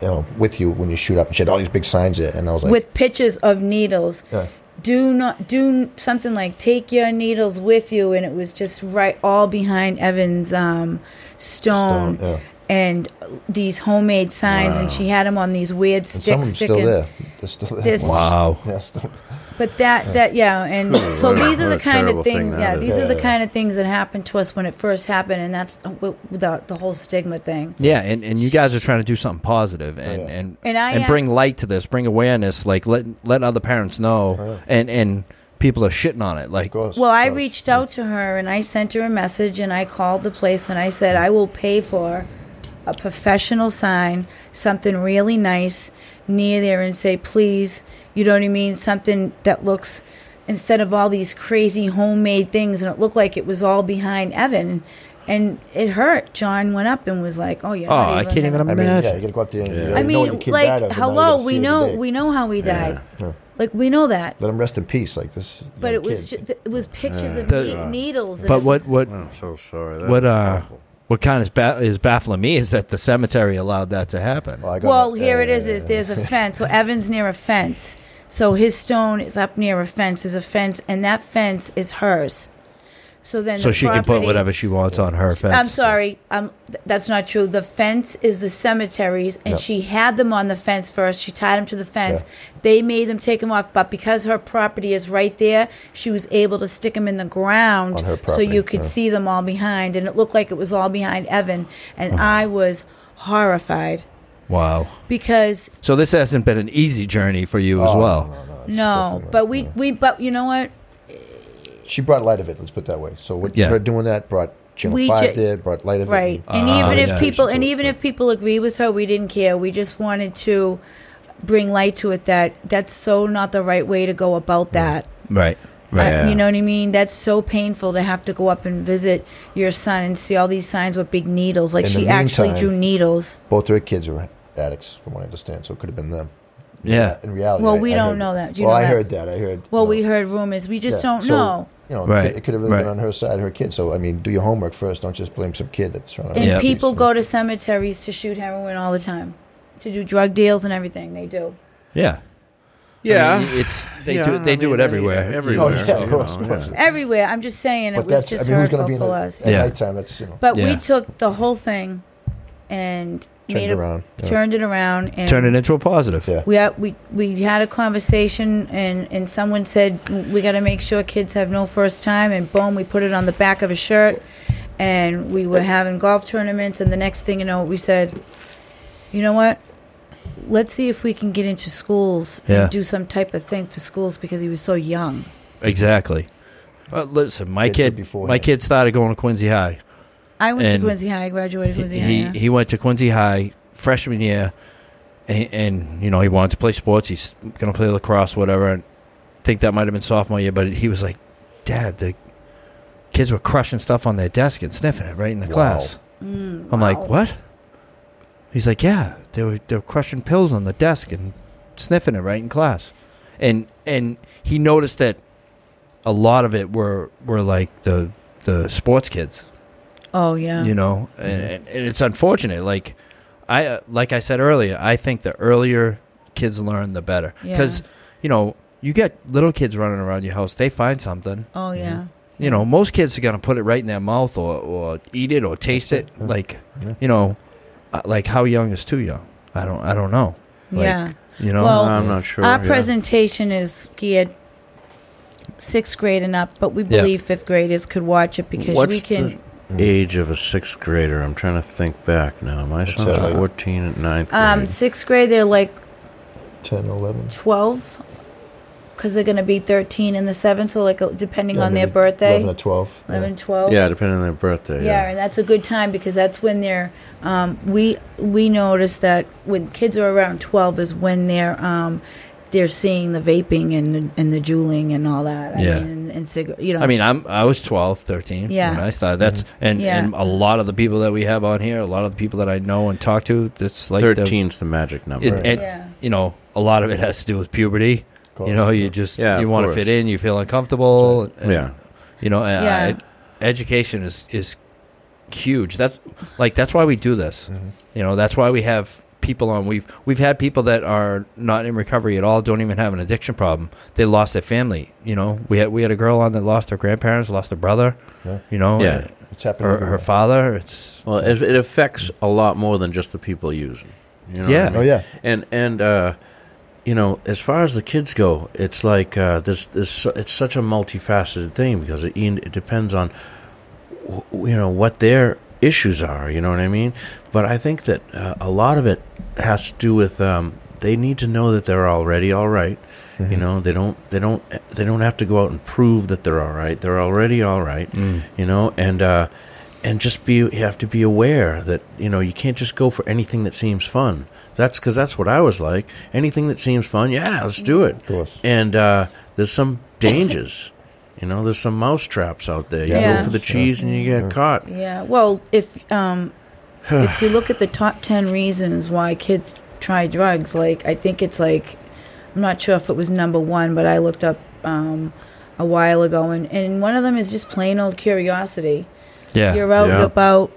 [SPEAKER 4] you know, with you when you shoot up." And she had all these big signs there, and I was like,
[SPEAKER 5] With pictures of needles.
[SPEAKER 4] Yeah.
[SPEAKER 5] do not do something like take your needles with you and it was just right all behind evan's um, stone,
[SPEAKER 4] Stone, yeah.
[SPEAKER 5] and these homemade signs and she had them on these weird
[SPEAKER 4] And
[SPEAKER 5] sticks
[SPEAKER 4] some of them still
[SPEAKER 5] sticking-
[SPEAKER 4] there. They're still there.
[SPEAKER 5] This-
[SPEAKER 3] wow
[SPEAKER 4] Yeah, still-
[SPEAKER 5] but that that yeah and
[SPEAKER 1] Cool.
[SPEAKER 5] so
[SPEAKER 1] What a-
[SPEAKER 5] these are
[SPEAKER 1] what
[SPEAKER 5] the
[SPEAKER 1] a
[SPEAKER 5] kind
[SPEAKER 1] terrible
[SPEAKER 5] of
[SPEAKER 1] thing
[SPEAKER 5] things
[SPEAKER 1] that
[SPEAKER 5] yeah
[SPEAKER 1] is.
[SPEAKER 5] these are the
[SPEAKER 4] Yeah.
[SPEAKER 5] kind of things that happened to us when it first happened and that's the, wi- the, the whole stigma thing
[SPEAKER 3] yeah and, and you guys are trying to do something positive and
[SPEAKER 4] yeah.
[SPEAKER 3] and
[SPEAKER 5] And I have-
[SPEAKER 3] bring light to this bring awareness like let let other parents know and and people are shitting on it like
[SPEAKER 4] of course,
[SPEAKER 5] Well, I
[SPEAKER 4] of course.
[SPEAKER 5] reached out to her and I sent her a message and I called the place and I said, I will pay for a professional sign, something really nice near there and say, please, you know what I mean? Something that looks, instead of all these crazy homemade things, and it looked like it was all behind Evan. And it hurt. John went up and was like, "Oh, yeah."
[SPEAKER 3] oh i can't even
[SPEAKER 4] I mean,
[SPEAKER 3] imagine
[SPEAKER 4] yeah, you gotta go up there. And, you
[SPEAKER 5] I
[SPEAKER 4] already know what
[SPEAKER 5] mean,
[SPEAKER 4] your kid died
[SPEAKER 5] like,
[SPEAKER 4] of, and now you
[SPEAKER 5] hello.
[SPEAKER 4] gotta see
[SPEAKER 5] We
[SPEAKER 4] it
[SPEAKER 5] know.
[SPEAKER 4] today.
[SPEAKER 5] We know how he died.
[SPEAKER 4] Yeah.
[SPEAKER 5] Like, we know that.
[SPEAKER 4] Let him rest in peace. Like this.
[SPEAKER 5] But
[SPEAKER 4] young
[SPEAKER 5] it was
[SPEAKER 4] kid.
[SPEAKER 5] just, it was pictures of
[SPEAKER 3] The-
[SPEAKER 5] ne- needles. and
[SPEAKER 3] but
[SPEAKER 5] it
[SPEAKER 3] what
[SPEAKER 5] was-
[SPEAKER 3] what
[SPEAKER 1] I'm so sorry. That
[SPEAKER 3] what
[SPEAKER 1] was
[SPEAKER 3] uh
[SPEAKER 1] awful.
[SPEAKER 3] what kind of ba- is baffling me is that the cemetery allowed that to happen.
[SPEAKER 4] Oh, I got
[SPEAKER 5] Well,
[SPEAKER 4] it.
[SPEAKER 5] here it
[SPEAKER 4] Yeah,
[SPEAKER 5] is.
[SPEAKER 4] yeah,
[SPEAKER 5] Is there's a fence. So Evan's near a fence. So his stone is up near a fence. There's a fence, and that fence is hers. So then,
[SPEAKER 3] so
[SPEAKER 5] the
[SPEAKER 3] she can put
[SPEAKER 5] property-
[SPEAKER 3] whatever she wants on her fence.
[SPEAKER 5] I'm sorry. Um, th- that's not true. The fence is the cemeteries, and
[SPEAKER 4] Yep.
[SPEAKER 5] she had them on the fence first. She tied them to the fence.
[SPEAKER 4] Yeah.
[SPEAKER 5] They made them take them off, but because her property is right there, she was able to stick them in the ground
[SPEAKER 4] On her
[SPEAKER 5] so
[SPEAKER 4] property,
[SPEAKER 5] you could
[SPEAKER 4] yeah.
[SPEAKER 5] see them all behind. And it looked like it was all behind Evan, and I was horrified
[SPEAKER 3] Wow.
[SPEAKER 5] because
[SPEAKER 3] So this hasn't been an easy journey for you as
[SPEAKER 4] Oh,
[SPEAKER 3] well.
[SPEAKER 4] no, no, no, it's
[SPEAKER 5] No,
[SPEAKER 4] definitely-
[SPEAKER 5] but we
[SPEAKER 4] yeah.
[SPEAKER 5] we but you know what?
[SPEAKER 4] She brought light of it. Let's put it that way. So what,
[SPEAKER 3] Yeah.
[SPEAKER 4] her doing that brought Channel
[SPEAKER 5] We
[SPEAKER 4] Five
[SPEAKER 5] ju-
[SPEAKER 4] there, brought light of
[SPEAKER 5] Right.
[SPEAKER 4] it.
[SPEAKER 5] And
[SPEAKER 3] Ah,
[SPEAKER 5] even
[SPEAKER 3] yeah.
[SPEAKER 5] if people and
[SPEAKER 4] uh, Yeah.
[SPEAKER 5] even if people agree with her, we didn't care. We just wanted to bring light to it that that's so not the right way to go about that.
[SPEAKER 3] Right. Right.
[SPEAKER 5] Uh, you know what I mean? That's so painful to have to go up and visit your son and see all these signs with big needles. Like
[SPEAKER 4] In the
[SPEAKER 5] she actually
[SPEAKER 4] meantime-
[SPEAKER 5] drew needles.
[SPEAKER 4] Both her kids were addicts, from what I understand. So it could have been them.
[SPEAKER 3] yeah.
[SPEAKER 4] In reality,
[SPEAKER 5] Well,
[SPEAKER 4] I-
[SPEAKER 5] we
[SPEAKER 4] I
[SPEAKER 5] don't
[SPEAKER 4] heard-
[SPEAKER 5] know that. Do you
[SPEAKER 4] well,
[SPEAKER 5] know
[SPEAKER 4] I
[SPEAKER 5] that?
[SPEAKER 4] heard that. I heard. you
[SPEAKER 5] Well,
[SPEAKER 4] know,
[SPEAKER 5] we heard rumors. We just
[SPEAKER 4] yeah.
[SPEAKER 5] don't
[SPEAKER 4] So,
[SPEAKER 5] know.
[SPEAKER 4] You know,
[SPEAKER 3] Right,
[SPEAKER 4] it, could have really
[SPEAKER 3] right.
[SPEAKER 4] been on her side, her kid. So I mean, do your homework first. Don't just blame some kid that's trying to.
[SPEAKER 5] And
[SPEAKER 3] Yeah.
[SPEAKER 5] people go to cemeteries to shoot heroin all the time, to do drug deals and everything. They do.
[SPEAKER 3] Yeah.
[SPEAKER 1] Yeah,
[SPEAKER 3] I mean, it's they
[SPEAKER 1] Yeah,
[SPEAKER 3] do they
[SPEAKER 1] I
[SPEAKER 3] do
[SPEAKER 1] mean,
[SPEAKER 3] it
[SPEAKER 1] I-
[SPEAKER 3] everywhere.
[SPEAKER 1] everywhere,
[SPEAKER 4] Oh, yeah, of
[SPEAKER 1] you
[SPEAKER 4] course,
[SPEAKER 1] know,
[SPEAKER 4] of course.
[SPEAKER 1] yeah.
[SPEAKER 5] everywhere. I'm just saying it
[SPEAKER 4] But
[SPEAKER 5] was
[SPEAKER 4] that's. I
[SPEAKER 5] just
[SPEAKER 4] mean, who's
[SPEAKER 5] hurtful
[SPEAKER 4] going to be in
[SPEAKER 5] for
[SPEAKER 4] the,
[SPEAKER 5] us.
[SPEAKER 4] at
[SPEAKER 3] Yeah.
[SPEAKER 4] nighttime? That's you know.
[SPEAKER 5] But
[SPEAKER 3] Yeah.
[SPEAKER 5] we took the whole thing and
[SPEAKER 4] Turned
[SPEAKER 5] made a-
[SPEAKER 4] around, yeah.
[SPEAKER 5] turned it around, and
[SPEAKER 3] Turn it into a positive.
[SPEAKER 4] Yeah.
[SPEAKER 5] we had, we we had a conversation and and someone said we got to make sure kids have no first time and boom we put it on the back of a shirt and we were having golf tournaments and the next thing you know we said you know what let's see if we can get into schools
[SPEAKER 3] Yeah.
[SPEAKER 5] and do some type of thing for schools because he was so young
[SPEAKER 3] Exactly. Uh, listen, my
[SPEAKER 4] Kids did
[SPEAKER 3] kid,
[SPEAKER 4] beforehand.
[SPEAKER 3] my kid started going to Quincy High.
[SPEAKER 5] I went
[SPEAKER 3] And
[SPEAKER 5] to Quincy High I graduated
[SPEAKER 3] He
[SPEAKER 5] Quincy High yeah.
[SPEAKER 3] he, he went to Quincy High freshman year, and, and you know he wanted to play sports. He's going to play lacrosse, whatever. And I think that might have been sophomore year, but he was like, "Dad, the kids were crushing stuff on their desk and sniffing it right in the
[SPEAKER 4] Wow.
[SPEAKER 3] class."
[SPEAKER 5] Mm,
[SPEAKER 3] I'm like,
[SPEAKER 5] wow.
[SPEAKER 3] "What?" He's like, "Yeah, they were they were crushing pills on the desk and sniffing it right in class," and and he noticed that a lot of it were were like the the sports kids
[SPEAKER 5] oh yeah
[SPEAKER 3] you know and, and, and it's unfortunate like i uh, like i said earlier i think the earlier kids learn the better because
[SPEAKER 5] Yeah.
[SPEAKER 3] you know you get little kids running around your house they find something
[SPEAKER 5] oh yeah
[SPEAKER 3] you know most kids are going to put it right in their mouth or, or eat it or taste it,
[SPEAKER 4] That's it, yeah.
[SPEAKER 3] like
[SPEAKER 4] Yeah.
[SPEAKER 3] you know uh, like how young is too young i don't i don't know Like,
[SPEAKER 5] yeah
[SPEAKER 3] you know
[SPEAKER 5] Well,
[SPEAKER 1] I'm not sure.
[SPEAKER 5] Our
[SPEAKER 1] yeah.
[SPEAKER 5] presentation is geared sixth grade and up, but we
[SPEAKER 3] Yeah.
[SPEAKER 5] believe fifth graders could watch it because
[SPEAKER 1] What's
[SPEAKER 5] we can.
[SPEAKER 1] the
[SPEAKER 4] Mm-hmm.
[SPEAKER 1] age of a sixth grader? I'm trying to think back now. My son's
[SPEAKER 4] that, like-
[SPEAKER 1] 14 at ninth grade.
[SPEAKER 5] um, sixth grade, they're like
[SPEAKER 4] 10, 11.
[SPEAKER 5] 12 because they're going to be 13 in the seventh, so like uh, depending
[SPEAKER 4] Yeah,
[SPEAKER 5] on their
[SPEAKER 4] maybe
[SPEAKER 5] birthday,
[SPEAKER 4] 11 or 12. yeah.
[SPEAKER 5] 11, 12.
[SPEAKER 1] yeah, depending on their birthday.
[SPEAKER 5] Yeah, and that's a good time because that's when they're. Um, we we notice that when kids are around twelve is when they're um, they're seeing the vaping and and the juuling and all that. I
[SPEAKER 3] Yeah.
[SPEAKER 5] mean, and, and cigar, you know.
[SPEAKER 3] I mean, I'm I was 12, 13
[SPEAKER 5] Yeah.
[SPEAKER 3] when I started. That's and
[SPEAKER 5] Yeah.
[SPEAKER 3] and a lot of the people that we have on here, a lot of the people that I know and talk to, that's like the-
[SPEAKER 1] 13's the magic number.
[SPEAKER 3] it,
[SPEAKER 4] Right.
[SPEAKER 3] and
[SPEAKER 5] Yeah.
[SPEAKER 3] you know a lot of it has to do with puberty
[SPEAKER 4] Of course.
[SPEAKER 3] you know you just
[SPEAKER 1] Yeah,
[SPEAKER 3] you
[SPEAKER 1] of
[SPEAKER 3] want to
[SPEAKER 1] course.
[SPEAKER 3] fit in you feel uncomfortable and,
[SPEAKER 1] yeah.
[SPEAKER 3] you know and
[SPEAKER 5] Yeah.
[SPEAKER 3] I- education is is huge that's like that's why we do this
[SPEAKER 4] Mm-hmm.
[SPEAKER 3] you know that's why we have people on we've we've had people that are not in recovery at all don't even have an addiction problem they lost their family you know we had we had a girl on that lost her grandparents lost her brother
[SPEAKER 4] Yeah.
[SPEAKER 3] you know
[SPEAKER 1] Yeah.
[SPEAKER 3] and
[SPEAKER 4] It's happening.
[SPEAKER 3] her, her
[SPEAKER 4] everywhere.
[SPEAKER 3] father it's
[SPEAKER 1] Well, it, it affects a lot more than just the people using. You know what I
[SPEAKER 3] Yeah.
[SPEAKER 1] mean?
[SPEAKER 4] Oh, yeah.
[SPEAKER 1] and and uh, you know, as far as the kids go, it's like uh, this this it's such a multifaceted thing because it it depends on w- you know what their issues are. You know what I mean? But I think that uh, a lot of it has to do with um, they need to know that they're already all right. You know, they don't they don't they don't have to go out and prove that they're all right. They're already all right. You know, and uh, and just be you have to be aware that you know you can't just go for anything that seems fun. That's because that's what I was like. Anything that seems fun, yeah, let's do it. Of
[SPEAKER 4] course.
[SPEAKER 1] And uh, there's some dangers. You know, there's some mouse traps out there. You
[SPEAKER 5] Yeah.
[SPEAKER 1] go for the
[SPEAKER 4] Yeah.
[SPEAKER 1] cheese and you get caught.
[SPEAKER 5] Yeah. Well, if um, if you look at the top ten reasons why kids try drugs, like I think it's like I'm not sure if it was number one, but I looked up um, a while ago, and and one of them is just plain old curiosity.
[SPEAKER 3] yeah
[SPEAKER 5] You're out
[SPEAKER 1] Yeah.
[SPEAKER 5] and about.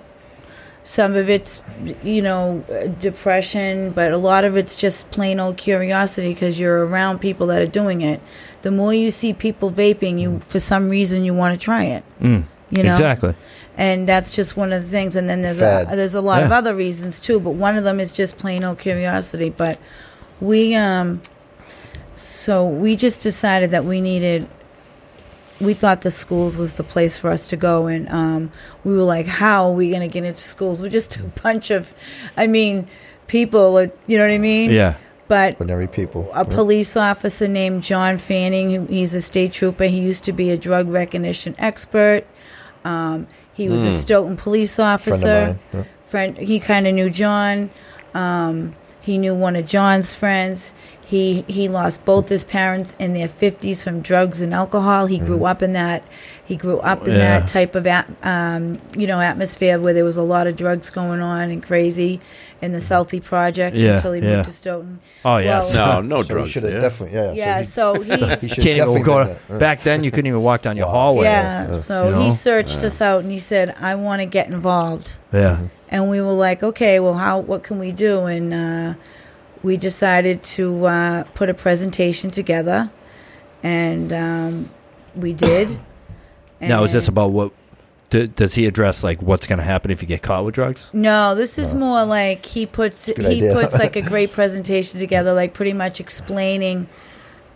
[SPEAKER 5] Some of it's, you know, uh, depression, but a lot of it's just plain old curiosity because you're around people that are doing it. The more you see people vaping, you for some reason you want to try it.
[SPEAKER 3] Mm.
[SPEAKER 5] You know,
[SPEAKER 3] exactly
[SPEAKER 5] and that's just one of the things. And then there's a,
[SPEAKER 4] Fad.
[SPEAKER 5] there's a lot of
[SPEAKER 3] Yeah.
[SPEAKER 5] other reasons too, but one of them is just plain old curiosity. But we um, so we just decided that we needed. We thought the schools was the place for us to go, and um, we were like, "How are we gonna get into schools?" We're just a bunch of, I mean, people. like, You know what I mean?
[SPEAKER 3] yeah
[SPEAKER 5] But
[SPEAKER 4] Ordinary people.
[SPEAKER 5] a police officer named John Fanning. who- He's a state trooper. He used to be a drug recognition expert. Um, he was a Stoughton police officer.
[SPEAKER 4] Hmm. Friend of mine. Yeah.
[SPEAKER 5] Friend- he kind of knew John. Um, he knew one of John's friends. He he lost both his parents in their fifties from drugs and alcohol. He
[SPEAKER 4] Hmm.
[SPEAKER 5] grew up in that. He grew up in
[SPEAKER 3] Yeah.
[SPEAKER 5] that type of at, um, you know atmosphere where there was a lot of drugs going on and crazy in
[SPEAKER 4] Hmm.
[SPEAKER 5] the Southie projects
[SPEAKER 3] Yeah,
[SPEAKER 5] until he
[SPEAKER 3] yeah.
[SPEAKER 5] moved to Stoughton.
[SPEAKER 3] oh yeah
[SPEAKER 5] Well-
[SPEAKER 3] so-
[SPEAKER 1] No, no
[SPEAKER 4] So he
[SPEAKER 1] drugs
[SPEAKER 4] should
[SPEAKER 1] there.
[SPEAKER 4] have definitely, yeah.
[SPEAKER 5] Yeah, so he,
[SPEAKER 4] he, he should
[SPEAKER 3] can't even
[SPEAKER 4] definitely
[SPEAKER 3] go
[SPEAKER 4] done that. Yeah.
[SPEAKER 3] back then you couldn't even walk down your hallway
[SPEAKER 5] yeah,
[SPEAKER 4] Yeah.
[SPEAKER 5] so
[SPEAKER 3] You know?
[SPEAKER 5] he searched us out and he said, "I want to get involved."
[SPEAKER 3] yeah
[SPEAKER 5] And we were like, "Okay, well, how? What can we do?" And uh, we decided to uh, put a presentation together, and um, we did.
[SPEAKER 3] now is this
[SPEAKER 5] And-
[SPEAKER 3] about what D- does he address like what's going to happen if you get caught with drugs?
[SPEAKER 5] No, this is more like he puts he
[SPEAKER 4] idea.
[SPEAKER 5] puts like a great presentation together, like pretty much explaining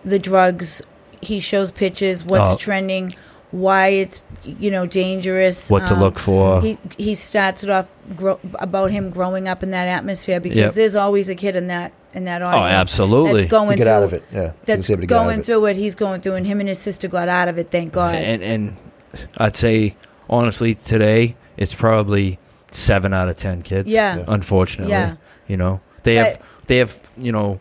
[SPEAKER 5] the drugs. He shows pictures, what's
[SPEAKER 3] Oh.
[SPEAKER 5] trending, why it's you know dangerous,
[SPEAKER 3] What to
[SPEAKER 5] um,
[SPEAKER 3] look for?
[SPEAKER 5] He he starts it off grow, about him growing up in that atmosphere because
[SPEAKER 3] Yep. Oh,
[SPEAKER 5] there's always a kid in that in that audience.
[SPEAKER 3] absolutely.
[SPEAKER 5] That's going
[SPEAKER 4] You get out
[SPEAKER 5] through-
[SPEAKER 4] of it. Yeah. He
[SPEAKER 5] That's
[SPEAKER 4] was able to get out of
[SPEAKER 5] going
[SPEAKER 4] it.
[SPEAKER 5] through what he's going through, and him and his sister got out of it. Thank God.
[SPEAKER 3] and and I'd say honestly today it's probably seven out of ten kids.
[SPEAKER 5] Yeah. Yeah.
[SPEAKER 3] unfortunately,
[SPEAKER 5] Yeah.
[SPEAKER 3] you know they
[SPEAKER 5] But-
[SPEAKER 3] have they have you know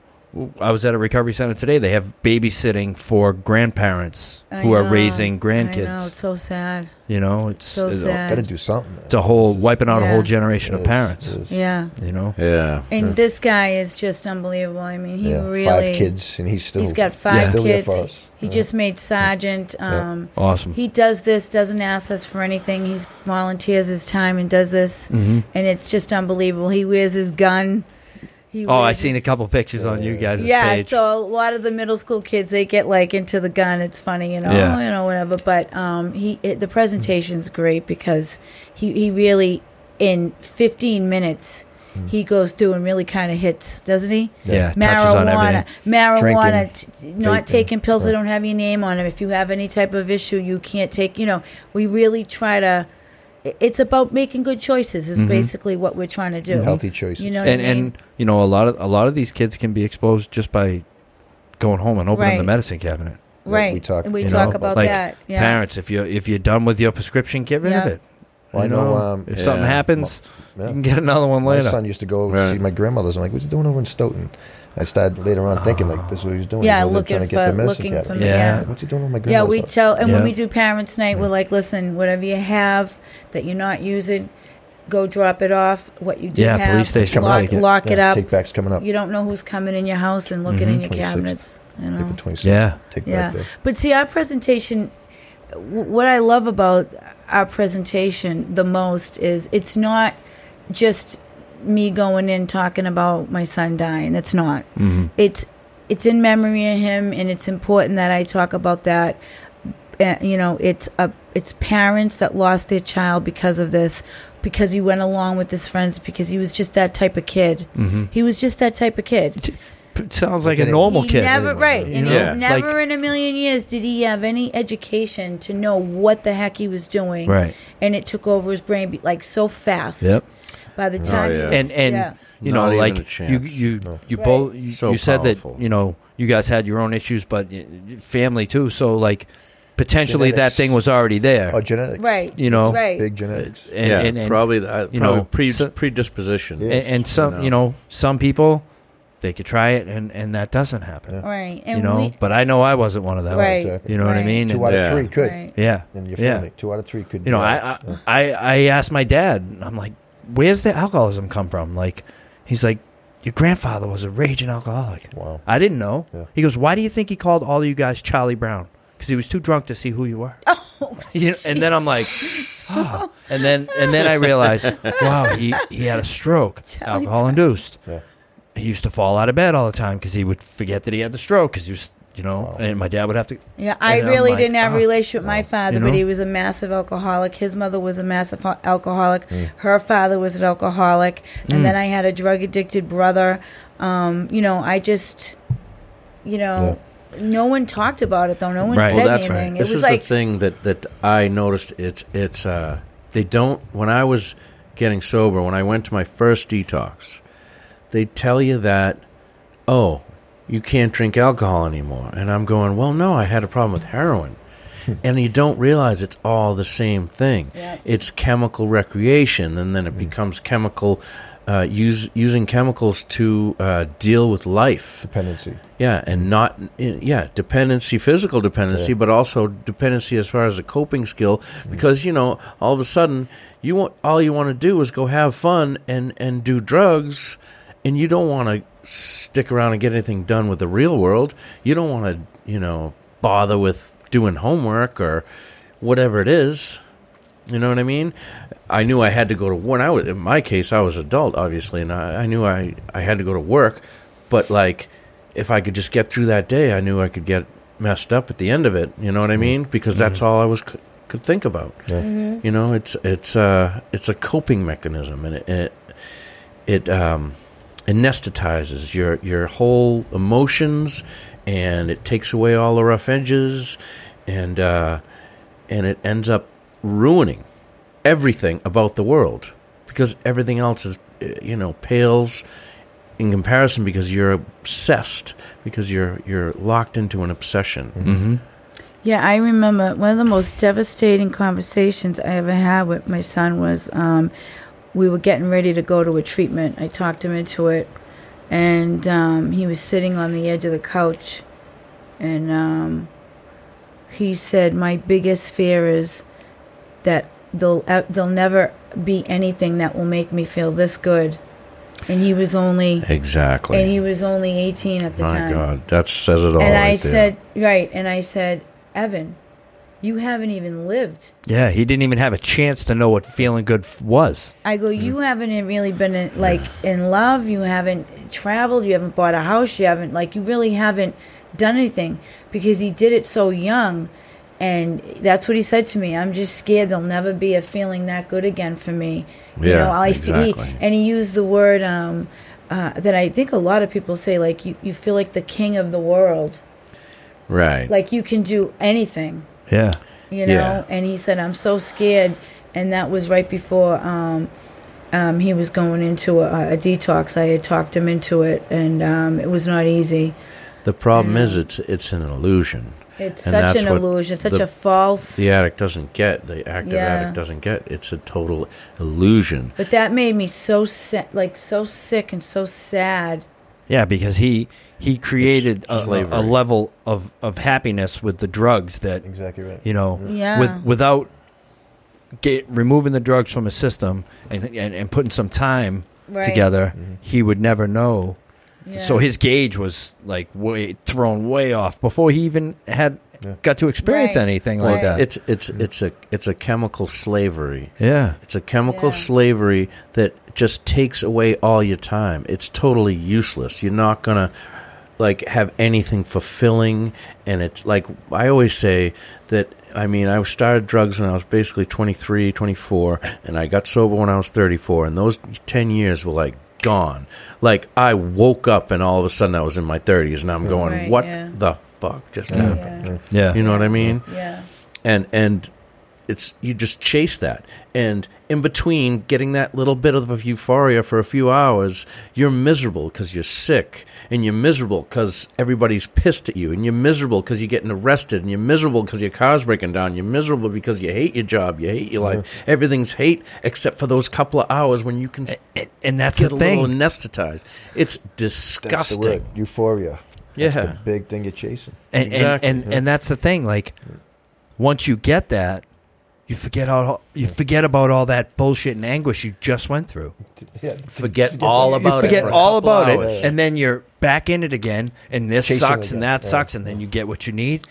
[SPEAKER 3] I was at a recovery center today. They have babysitting for grandparents
[SPEAKER 5] I
[SPEAKER 3] who are
[SPEAKER 5] know,
[SPEAKER 3] raising
[SPEAKER 5] I know, it's
[SPEAKER 3] grandkids.
[SPEAKER 5] so sad.
[SPEAKER 3] you know it's uh,
[SPEAKER 5] So
[SPEAKER 3] it's,
[SPEAKER 5] sad.
[SPEAKER 4] Got to do something. man.
[SPEAKER 3] it's a whole wiping out a
[SPEAKER 5] Yeah.
[SPEAKER 3] whole generation of
[SPEAKER 4] It is,
[SPEAKER 3] parents.
[SPEAKER 4] it is.
[SPEAKER 5] Yeah.
[SPEAKER 3] You know,
[SPEAKER 1] Yeah.
[SPEAKER 5] And this guy is just unbelievable. I mean, he
[SPEAKER 4] Yeah,
[SPEAKER 5] really
[SPEAKER 4] five kids, and he's still
[SPEAKER 5] He's got
[SPEAKER 4] he's
[SPEAKER 5] five
[SPEAKER 4] still
[SPEAKER 5] kids.
[SPEAKER 4] Here for us.
[SPEAKER 5] He
[SPEAKER 4] Yeah.
[SPEAKER 5] just made sergeant. Um,
[SPEAKER 3] awesome.
[SPEAKER 5] He does this, doesn't ask us for anything. He volunteers his time and does this,
[SPEAKER 4] Mm-hmm.
[SPEAKER 5] and it's just unbelievable. He wears his gun. He
[SPEAKER 3] oh, I
[SPEAKER 5] wears
[SPEAKER 3] seen a
[SPEAKER 5] his-
[SPEAKER 3] couple pictures on you guys'
[SPEAKER 5] Yeah,
[SPEAKER 3] page.
[SPEAKER 5] so a lot of the middle school kids they get like into the gun. It's funny, you know,
[SPEAKER 3] Yeah.
[SPEAKER 5] you know, whatever. But um, he it, the presentation's great because he he really in 15 minutes
[SPEAKER 3] Hmm.
[SPEAKER 5] he goes through and really kind of hits, doesn't he?
[SPEAKER 3] yeah, touches on
[SPEAKER 5] marijuana,
[SPEAKER 3] everything.
[SPEAKER 5] marijuana,
[SPEAKER 4] Drinking,
[SPEAKER 5] t- t- not
[SPEAKER 4] vaping,
[SPEAKER 5] taking pills that
[SPEAKER 4] right.
[SPEAKER 5] don't have your name on them. If you have any type of issue, you can't take. You know, we really try to. i- It's about making good choices.
[SPEAKER 3] Mm-hmm.
[SPEAKER 5] Is basically what we're trying to do.
[SPEAKER 4] Healthy choices.
[SPEAKER 5] You know, what
[SPEAKER 3] and
[SPEAKER 5] I mean?
[SPEAKER 3] and you know a lot of a lot of these kids can be exposed just by going home and opening the
[SPEAKER 5] Right.
[SPEAKER 3] medicine cabinet.
[SPEAKER 4] we
[SPEAKER 5] right,
[SPEAKER 4] talk-
[SPEAKER 5] and we
[SPEAKER 4] you
[SPEAKER 5] talk
[SPEAKER 4] know,
[SPEAKER 5] about
[SPEAKER 3] like
[SPEAKER 5] that. Yeah.
[SPEAKER 3] Parents, if you if you're done with your prescription, get rid of
[SPEAKER 5] Yeah.
[SPEAKER 3] it.
[SPEAKER 4] Well, I
[SPEAKER 3] You
[SPEAKER 4] know, um,
[SPEAKER 3] if something
[SPEAKER 1] Yeah.
[SPEAKER 3] happens,
[SPEAKER 4] Yeah.
[SPEAKER 3] you can get another one
[SPEAKER 4] My
[SPEAKER 3] later.
[SPEAKER 4] son used to go
[SPEAKER 1] Right.
[SPEAKER 4] see my grandmother's. I'm like, what's he doing over in Stoughton? I started later on thinking like, this is what he's doing.
[SPEAKER 5] Yeah,
[SPEAKER 4] he's over there
[SPEAKER 5] looking
[SPEAKER 4] trying to get the
[SPEAKER 5] for-
[SPEAKER 4] medicine
[SPEAKER 5] looking
[SPEAKER 4] cabinet.
[SPEAKER 5] for-
[SPEAKER 3] Yeah. yeah.
[SPEAKER 4] What's he doing with my
[SPEAKER 5] Yeah,
[SPEAKER 4] grandmother's?
[SPEAKER 5] we
[SPEAKER 4] house?
[SPEAKER 5] tell, and when
[SPEAKER 3] Yeah.
[SPEAKER 5] we do parents' night, we're like, listen, whatever you have that you're not using, go drop it off. What you do
[SPEAKER 3] Yeah,
[SPEAKER 5] have,
[SPEAKER 3] police station,
[SPEAKER 5] lock,
[SPEAKER 3] take it. Mm-hmm.
[SPEAKER 5] lock it
[SPEAKER 4] Yeah,
[SPEAKER 5] up.
[SPEAKER 4] Take back's coming up.
[SPEAKER 5] You don't know who's coming in your house and looking in your
[SPEAKER 4] 26th.
[SPEAKER 5] cabinets. You
[SPEAKER 4] I
[SPEAKER 5] know.
[SPEAKER 4] think the 26th.
[SPEAKER 3] Yeah.
[SPEAKER 4] Take
[SPEAKER 5] yeah
[SPEAKER 4] back there.
[SPEAKER 5] but see our presentation w- what i love about our presentation the most is it's not just me going in talking about my son dying that's not
[SPEAKER 3] Mm-hmm.
[SPEAKER 5] it's it's in memory of him and it's important that i talk about that uh, you know it's a it's parents that lost their child because of this because he went along with his friends because he was just that type of kid he was just that type of kid
[SPEAKER 3] It sounds like a
[SPEAKER 4] Getting-
[SPEAKER 3] Mm-hmm. normal
[SPEAKER 5] he
[SPEAKER 3] kid.
[SPEAKER 5] Never right,
[SPEAKER 3] You
[SPEAKER 5] and
[SPEAKER 3] know,
[SPEAKER 5] he
[SPEAKER 1] Yeah.
[SPEAKER 5] never
[SPEAKER 3] like-
[SPEAKER 5] in a million years did he have any education to know what the heck he was doing.
[SPEAKER 3] Right.
[SPEAKER 5] and it took over his brain be- like so fast.
[SPEAKER 3] Yep.
[SPEAKER 5] By the time, he
[SPEAKER 1] yeah.
[SPEAKER 5] was-
[SPEAKER 3] and and
[SPEAKER 5] yeah.
[SPEAKER 3] you
[SPEAKER 1] Not
[SPEAKER 3] know,
[SPEAKER 1] even a
[SPEAKER 3] like you
[SPEAKER 1] chance.
[SPEAKER 3] you you
[SPEAKER 5] Right.
[SPEAKER 3] both you,
[SPEAKER 1] So
[SPEAKER 3] you said
[SPEAKER 1] powerful.
[SPEAKER 3] that you know you guys had your own issues, but y- y- family too. So like potentially
[SPEAKER 4] Genetics.
[SPEAKER 3] that thing was already there.
[SPEAKER 4] Oh, genetics.
[SPEAKER 5] right,
[SPEAKER 3] you know,
[SPEAKER 5] right,
[SPEAKER 4] Big genetics.
[SPEAKER 3] and,
[SPEAKER 1] yeah,
[SPEAKER 3] and- and-
[SPEAKER 1] probably, uh,
[SPEAKER 3] you
[SPEAKER 1] you
[SPEAKER 3] know,
[SPEAKER 1] know, pre-
[SPEAKER 3] so-
[SPEAKER 1] predisposition.
[SPEAKER 4] Yeah.
[SPEAKER 3] and, and some you know some people they could try it and and that doesn't happen
[SPEAKER 5] right, and
[SPEAKER 3] you know
[SPEAKER 5] we,
[SPEAKER 3] but i know i wasn't one of them
[SPEAKER 5] Right.
[SPEAKER 4] Exactly.
[SPEAKER 3] you know what i
[SPEAKER 5] Right.
[SPEAKER 3] mean
[SPEAKER 4] Two
[SPEAKER 3] And-
[SPEAKER 4] out of
[SPEAKER 1] Yeah.
[SPEAKER 4] three could.
[SPEAKER 5] Right.
[SPEAKER 3] yeah
[SPEAKER 4] In your
[SPEAKER 3] yeah.
[SPEAKER 4] family, two out of three could.
[SPEAKER 3] you know
[SPEAKER 4] be
[SPEAKER 3] I,
[SPEAKER 4] addicts.
[SPEAKER 3] I i i asked my dad and i'm like where's the alcoholism come from like he's like your grandfather was a raging alcoholic
[SPEAKER 4] Wow.
[SPEAKER 3] i didn't know
[SPEAKER 4] Yeah.
[SPEAKER 3] he goes why do you think he called all of you guys charlie brown because he was too drunk to see who you were you know, and then i'm like oh. and then and then i realized wow he he had a stroke
[SPEAKER 5] Charlie
[SPEAKER 3] alcohol induced
[SPEAKER 4] Yeah.
[SPEAKER 3] he used to fall out of bed all the time because he would forget that he had the stroke because he was, you know, and my dad would have to.
[SPEAKER 5] yeah, I
[SPEAKER 3] and I'm
[SPEAKER 5] really
[SPEAKER 3] like,
[SPEAKER 5] didn't have
[SPEAKER 3] ah,
[SPEAKER 5] a relationship with my father,
[SPEAKER 3] You
[SPEAKER 5] but
[SPEAKER 3] know?
[SPEAKER 5] he was a massive alcoholic. His mother was a massive al- alcoholic. Her father was an alcoholic, and
[SPEAKER 3] Mm.
[SPEAKER 5] then I had a drug addicted brother. Um, you know, I just, you know. No one talked about it though. No one
[SPEAKER 3] Right.
[SPEAKER 5] said
[SPEAKER 3] Well,
[SPEAKER 1] that's
[SPEAKER 5] anything. It
[SPEAKER 1] This is
[SPEAKER 5] was like
[SPEAKER 1] the thing that that I noticed. It's it's uh, they don't. When I was getting sober, when I went to my first detox, they tell you that oh, you can't drink alcohol anymore, and I'm going well. No, I had a problem with heroin. And you don't realize it's all the same thing.
[SPEAKER 5] Yeah.
[SPEAKER 1] It's chemical recreation, and then it
[SPEAKER 3] Hmm.
[SPEAKER 1] becomes chemical uh, use, using chemicals to uh, deal with life.
[SPEAKER 4] Dependency.
[SPEAKER 1] Yeah, and not yeah dependency, physical dependency,
[SPEAKER 4] Yeah.
[SPEAKER 1] but also dependency as far as a coping skill. Because you know, all of a sudden, you want all you want to do is go have fun and and do drugs, and you don't want to stick around and get anything done with the real world. You don't want to you know bother with doing homework or whatever it is. You know what I mean? I knew I had to go to when I was in my case I was adult obviously and I, I knew I I had to go to work, but like if I could just get through that day, I knew I could get messed up at the end of it. You know what I mean? Because that's all I was c- could think about.
[SPEAKER 4] Yeah.
[SPEAKER 5] Mm-hmm.
[SPEAKER 1] You know, it's it's uh, it's a coping mechanism, and it it it, um, anesthetizes your your whole emotions, and it takes away all the rough edges, and uh, and it ends up ruining everything about the world because everything else is uh, you know pales in comparison because you're obsessed because you're you're locked into an obsession
[SPEAKER 5] Yeah, I remember one of the most devastating conversations I ever had with my son was um, we were getting ready to go to a treatment. I talked him into it, and um, he was sitting on the edge of the couch, and um, he said, "My biggest fear is that there'll uh, there'll never be anything that will make me feel this good," and he was only
[SPEAKER 1] exactly
[SPEAKER 5] and he was only 18 at the
[SPEAKER 1] my
[SPEAKER 5] time.
[SPEAKER 1] god that says it all
[SPEAKER 5] And
[SPEAKER 1] right
[SPEAKER 5] I
[SPEAKER 1] there.
[SPEAKER 5] said, right. And I said, Evan, you haven't even lived.
[SPEAKER 3] Yeah, he didn't even have a chance to know what feeling good f- was.
[SPEAKER 5] I go,
[SPEAKER 1] Mm-hmm.
[SPEAKER 5] you haven't in- really been in, like in love. You haven't traveled. You haven't bought a house. You haven't like you really haven't done anything because he did it so young. And that's what he said to me. I'm just scared there'll never be a feeling that good again for me. you
[SPEAKER 1] Yeah,
[SPEAKER 5] know, I f- he-
[SPEAKER 1] exactly.
[SPEAKER 5] and he used the word um, uh, that I think a lot of people say, like you, you feel like the king of the world,
[SPEAKER 1] right
[SPEAKER 5] like you can do anything.
[SPEAKER 3] Yeah.
[SPEAKER 5] you
[SPEAKER 1] Yeah.
[SPEAKER 5] know and he said i'm so scared and that was right before um, um, he was going into a, a detox i had talked him into it and um, it was not easy
[SPEAKER 1] the problem is it's it's an illusion
[SPEAKER 5] it's
[SPEAKER 1] And
[SPEAKER 5] such
[SPEAKER 1] that's
[SPEAKER 5] an
[SPEAKER 1] what
[SPEAKER 5] illusion such
[SPEAKER 1] the-
[SPEAKER 5] a false
[SPEAKER 1] the addict doesn't get the active
[SPEAKER 5] Yeah.
[SPEAKER 1] addict doesn't get it's a total illusion
[SPEAKER 5] but that made me so sick like so sick and so sad
[SPEAKER 3] Yeah, because he he created a,
[SPEAKER 1] slavery.
[SPEAKER 3] a level of, of happiness with the drugs that
[SPEAKER 4] Exactly right.
[SPEAKER 3] you know
[SPEAKER 5] Yeah.
[SPEAKER 3] with without get removing the drugs from his system and and, and putting some time
[SPEAKER 5] Right.
[SPEAKER 3] together,
[SPEAKER 1] Mm-hmm.
[SPEAKER 3] he would never know. So
[SPEAKER 5] Yeah.
[SPEAKER 3] his gauge was like way thrown way off before he even had got to experience
[SPEAKER 5] Right.
[SPEAKER 3] anything
[SPEAKER 5] Well,
[SPEAKER 3] like
[SPEAKER 5] it's-
[SPEAKER 3] that.
[SPEAKER 1] it's it's it's a it's a chemical slavery
[SPEAKER 3] yeah.
[SPEAKER 1] it's a chemical
[SPEAKER 5] Yeah.
[SPEAKER 1] slavery that just takes away all your time it's totally useless you're not gonna like have anything fulfilling and it's like i always say that i mean i started drugs when i was basically 23 24 and i got sober when i was 34 and those 10 years were like gone like i woke up and all of a sudden i was in my 30s and i'm going
[SPEAKER 5] Right,
[SPEAKER 1] what
[SPEAKER 5] yeah.
[SPEAKER 1] the fuck just happened
[SPEAKER 5] yeah
[SPEAKER 3] Yeah.
[SPEAKER 1] you know what i mean
[SPEAKER 5] yeah
[SPEAKER 1] and and it's you just chase that and in between getting that little bit of euphoria for a few hours you're miserable because you're sick and you're miserable because everybody's pissed at you and you're miserable because you're getting arrested and you're miserable because your car's breaking down you're miserable because you hate your job you hate your life everything's hate except for those couple of hours when you can s-
[SPEAKER 3] And, and that's
[SPEAKER 1] get
[SPEAKER 3] the
[SPEAKER 1] a
[SPEAKER 3] thing.
[SPEAKER 1] little anesthetized it's
[SPEAKER 4] That's the word.
[SPEAKER 1] disgusting
[SPEAKER 4] Euphoria. That's
[SPEAKER 1] Yeah.
[SPEAKER 4] the big thing you're chasing.
[SPEAKER 3] and
[SPEAKER 1] Exactly.
[SPEAKER 3] and, and, and that's the thing like once you get that you forget all you forget about all that bullshit and anguish you just went through
[SPEAKER 4] Yeah.
[SPEAKER 1] forget all about it
[SPEAKER 3] forget
[SPEAKER 1] for a
[SPEAKER 3] all
[SPEAKER 1] couple
[SPEAKER 3] about
[SPEAKER 1] hours.
[SPEAKER 3] it and then you're back in it again and this
[SPEAKER 4] Chasing
[SPEAKER 3] sucks and
[SPEAKER 4] again.
[SPEAKER 3] that sucks and then you get what you need